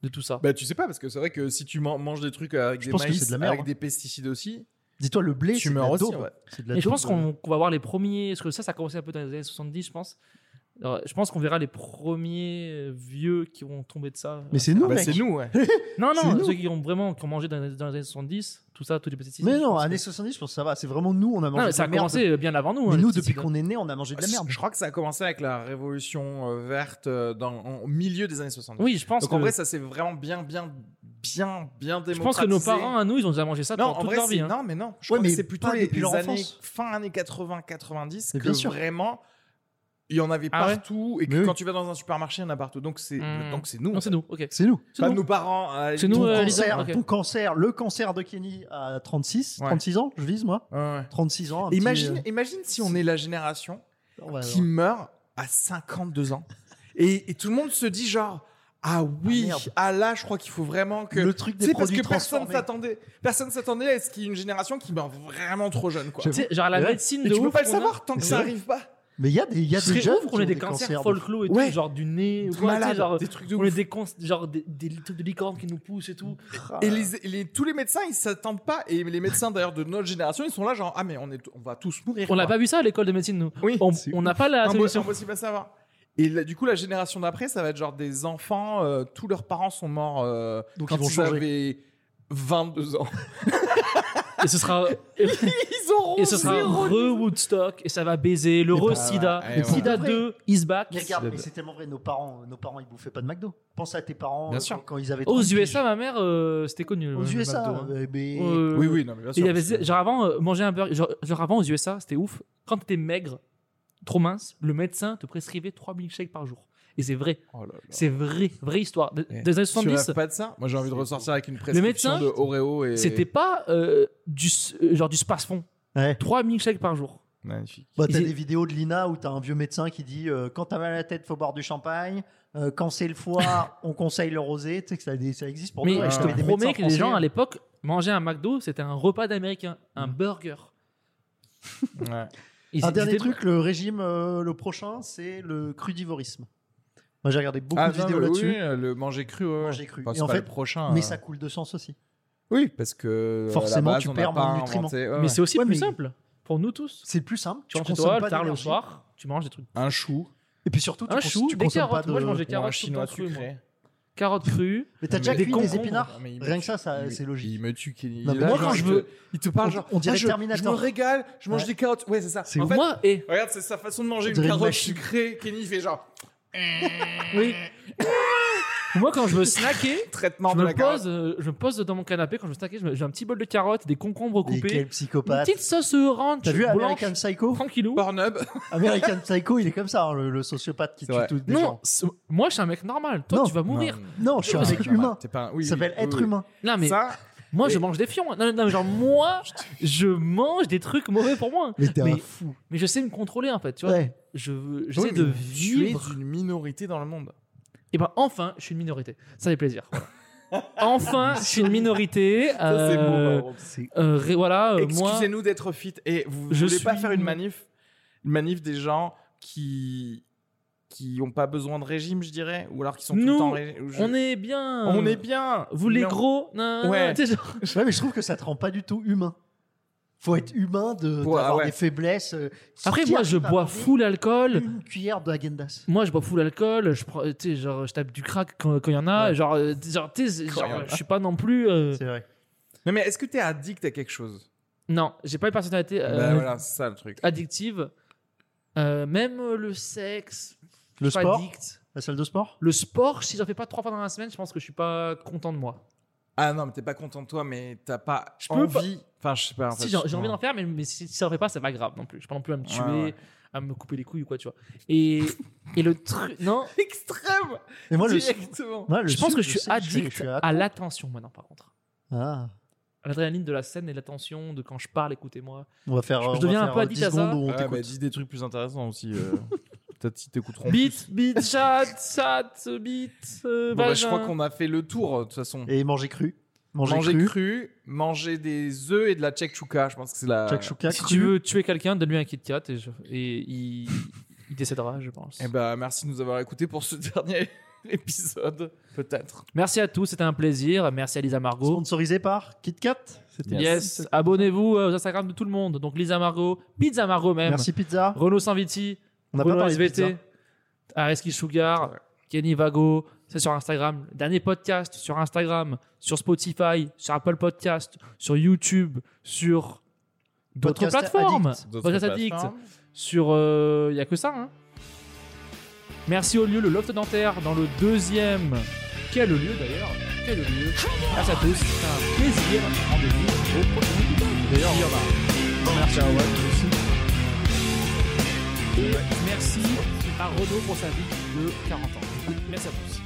De tout ça. Bah tu sais pas parce que c'est vrai que si tu man- manges des trucs avec des pense que maïs, c'est de la merde, avec hein. des pesticides aussi, Dis-toi, le blé, tu c'est de la meurs aussi. daube. ouais. C'est de la Et je daube. pense euh. qu'on qu'on va voir les premiers, parce que ça, ça a commencé un peu dans les années 70, je pense. Alors, je pense qu'on verra les premiers euh, vieux qui vont tomber de ça. Mais c'est nous, Bah, mec. c'est nous, [LAUGHS] ouais. non, c'est non, nous. ceux qui ont vraiment qui ont mangé dans, les- dans les années 70, tout ça, tous les pesticides. Mais je non, pense que- années 70, je pense que ça va. C'est vraiment nous, on a Non, mangé mais de ça la a merde. commencé euh, bien avant nous. hein, mais les nous, depuis pesticides. qu'on est né, on a mangé Ah, de la merde. Bah, Je crois que ça a commencé avec la révolution euh, verte euh, dans, en- au milieu des années 60. Oui, je pense Donc que. en vrai, ça c'est vraiment bien, bien, bien, bien démocratisé. je pense que nos parents, à nous, ils ont déjà mangé ça Non, pendant en toute vrai, leur c'est- vie. hein. non, mais non. Je crois Ouais, que mais c'est plutôt pas les, depuis les leur années enfance. fin années 80-90 Mais que bien sûr. vraiment il y en avait Ah ouais partout et que Mais oui. quand tu vas dans un supermarché, il y en a partout. Donc c'est Hmm. donc c'est nous. Non, c'est nous, ok. C'est nous. C'est Pas nous. nos parents. à la C'est limite. nous, Ton euh, Lisa, cancer, ok. ton cancer, le cancer de Kenny à 36, Ouais. 36 ans, je vise moi. Ouais, ouais. 36 ans. un petit, Imagine, euh, imagine si on est la génération on va- qui meurt à 52 ans. Et, et tout le monde se dit genre, ah oui, Ah, ah, merde. là, je crois qu'il faut vraiment que... le truc Tu des sais, parce produits que personne transformés. s'attendait, personne s'attendait à ce qu'il y ait une génération qui meurt vraiment trop jeune, quoi. Tu sais, genre la Ouais. médecine Et de tu peux ouf pas le qu'on a. savoir tant que Mais ça ouais. arrive pas. Mais il y a des, il y a Ce des serait jeunes ouf qui qu'on ont ait des des cancers de- folklot et Ouais. tout, genre du nez, ou Des euh, quoi, tu sais, malades, genre, des trucs de on ouf. a des, cons- genre des, des trucs de licorne qui nous poussent et tout. Ah. Et les- et les- tous les médecins, ils s'attendent pas. Et les médecins d'ailleurs de notre génération, ils sont là genre, ah mais on, est, on va tous mourir. On n'a quoi. pas vu ça à l'école de médecine, nous. Oui. On C'est on n'a pas la Impo- solution. impossible à savoir. Et là, du coup, la génération d'après, ça va être genre des enfants, euh, tous leurs parents sont morts euh, Donc quand ils vont changer. avaient 22 ans. Et ce [LAUGHS] sera. [LAUGHS] ils auront Et ce sera zéro re Woodstock et ça va baiser le re bah, Sida. ouais, Le ouais. Sida Ouais. 2 is back. Mais regarde, C'est mais de- c'est tellement vrai. Nos parents, nos parents, ils bouffaient pas de McDo. Pense à tes parents Bien euh, sûr. quand, quand ils avaient. Aux 30 piges. USA, ma mère, euh, c'était connu. Aux le USA. McDo, hein. euh, Mais Euh, Oui, oui, non, mais bien et sûr. il y avait, parce que- genre avant, euh, manger un burger. Genre, genre avant, aux USA, c'était ouf. Quand t'étais maigre, trop mince, le médecin te prescrivait 3 milkshakes par jour. Et c'est vrai. Oh là là. C'est vrai. Vraie histoire. De- Eh, Des années Tu 70. rêves pas de ça Moi, j'ai envie de ressortir avec une prescription médecin, de Oreo et. C'était pas euh, du, s- euh, genre du space-fond. ouais. 3 milkshakes par jour. magnifique. Bah, t'as Ils- des vidéos de Lina où t'as un vieux médecin qui dit euh, quand t'as mal à la tête, faut boire du champagne. Euh, quand c'est le [LAUGHS] foie, on conseille le rosé. Tu sais que ça, des- ça existe pour euh, Mais nous. ouais, je ouais. te Des promets médecins que les gens français. à l'époque mangeaient un McDo, c'était un repas d'américain, Mm. un burger. Ouais. Ils- Un ils dernier étaient- truc, le régime, euh, le prochain, c'est le crudivorisme. Moi, j'ai regardé beaucoup Ah, de non, vidéos mais là-dessus. oui, le manger cru. ouais, ouais. Manger cru. Enfin, Et c'est en pas fait- le Ah. prochain. Mais euh. ça coule de sens aussi. Oui, parce que. euh, Forcément, à la base, tu on n'a perds pas moins de nutriments. inventé- ouais, Mais ouais. c'est aussi Ouais, plus mais- simple pour nous tous. C'est plus simple. Tu Tu rentres chez consommes toi pas le tard le d'énergie. soir, Ah, tu manges des trucs. Un chou Et puis surtout, tu, Un cons- chou, tu des consommes pas carottes. de. Moi, je mangeais ou un carottes tout le chinois temps crues, moi. sucré. Carottes crues. Mais t'as déjà Des cuit des concombres. Ah, épinards. Non, mais il me Rien que tue. ça, ça- Il me- c'est logique. Il me tue, Kenny. Non, mais Là, moi, genre, quand il je te- veux- Il te parle On- genre. on dirait ah, je, Terminator. Je me régale, je mange Ouais. des carottes. Ouais, c'est ça. C'est en ouf. fait, Moi, et regarde, c'est sa façon de manger On une dirait une carotte machine. [LAUGHS] sucrée. Kenny il fait genre. oui. Moi, quand je veux snacker, [LAUGHS] Traitement je de me la carotte. pose, euh, je me pose dans mon canapé quand je veux snacker. je me- J'ai un petit bol de carottes, des concombres Mais coupés, quel une psychopathe. petite sauce ranch T'as vu blanche, [LAUGHS] American Psycho tranquillou. [LAUGHS] Pornhub. American Psycho, il est comme ça, hein, le, le sociopathe qui C'est tue vrai. tout des Non, gens. c'est- moi, je suis un mec normal. Toi, Non. tu vas mourir. [LAUGHS] Non, je suis un Ouais, mec normal. humain. T'es pas un- oui, Ça oui, s'appelle oui, être oui. humain. Ah, Non, mais Ça, moi, je Et- mange des fions. hein. Non, non, mais genre, moi, je mange des trucs mauvais pour moi. Mais t'es un Mais- fou. Mais je sais me contrôler, en fait. Tu vois, Ouais. je j'essaie oui, de mais vivre. Tu es une minorité dans le monde. Et ben enfin, je suis une minorité. Ça fait plaisir. [LAUGHS] enfin, je suis une minorité. Ça, c'est beau, euh, par contre. euh, ré- voilà, euh, moi. Excusez-nous d'être fit et vous Je voulez pas suis- faire une manif, une manif des gens qui qui ont pas besoin de régime, je dirais, ou alors qui sont tout Nous, le temps régime. On est bien. on est bien. Vous les Non. gros. nan, nan, Ouais. tu sais, genre- Ouais, mais je trouve que ça te rend pas du tout humain. Faut être humain, de Ouais, d'avoir ouais. des faiblesses. euh, Après, qui moi, arrive je à bois manger full Mm. alcool. Une cuillère de Agendas. Moi, je bois full alcool. Je prends, tu sais, genre, je tape du crack quand il y en a. Genre, euh, genre, tu sais, Quand genre, y en a. je suis pas non plus. euh, C'est vrai. Non mais est-ce que t'es addict à quelque chose Non, j'ai pas une personnalité euh, Bah, Voilà, c'est ça le truc. addictive. Euh, même euh, le sexe. Le je suis pas sport addict. La salle de sport Le sport, si j'en fais pas trois fois dans la semaine, je pense que je suis pas content de moi. Ah non, mais t'es pas content de toi, mais t'as pas Je peux envie. Enfin, je sais pas. en fait, si j'ai je- j'ai envie d'en faire, mais, mais si ça en fait pas, c'est pas grave non plus. Je suis pas non plus à me tuer, Ouais, ouais. à me couper les couilles ou quoi, tu vois. Et, et le truc. Non, Extrême. Et moi, le, Directement. moi, Ah, le je pense sud, que je suis sais addict je suis à l'attention maintenant, par contre. Ah. À L'adrénaline de la scène et l'attention de quand je parle, écoutez-moi. On va faire. Je on va deviens un faire peu addict 10 à ça. secondes où on Ah, t'écoute. bah, dis des trucs plus intéressants aussi. euh. Peut-être si t'écouteront. [LAUGHS] Beat, beat, chat, chat, beat. euh, Bon, bah, je vagin. crois qu'on a fait le tour de toute façon. Et manger cru. Manger, Manger cru. cru. manger des œufs et de la tchèque-chouka. Je pense que c'est la. Shakshuka Si cru. tu veux tuer quelqu'un, donne-lui un Kit Kat et, je- et il, il décédera, je pense. Eh ben, merci de nous avoir écoutés pour ce [LAUGHS] dernier épisode, peut-être. Merci à tous, c'était un plaisir. Merci à Lisa Margot. Sponsorisé par KitKat. C'était- Yes. Yes, abonnez-vous euh, aux Instagram de tout le monde. Donc Lisa Margot, Pizza Margot même. Merci Pizza. Renaud Sanviti, On n'a pas Renaud parlé de pizza. SVT, Areski Sugar, Ouais. Kenny Vago, c'est sur Instagram. Dernier podcast sur Instagram, sur Spotify, sur Apple Podcast, sur YouTube, sur d'autres Podcast plateformes. Addict. D'autres Podcast Addict. plateformes. Sur. Il n'y a que ça. hein. Merci au lieu, le Loft Dentaire, dans le deuxième. Quel lieu d'ailleurs Quel lieu Merci à tous, c'est un plaisir. Rendez-vous au prochain épisode. D'ailleurs, il y en a. Merci à Merci à Renaud pour sa vie de 40 ans. Merci à tous.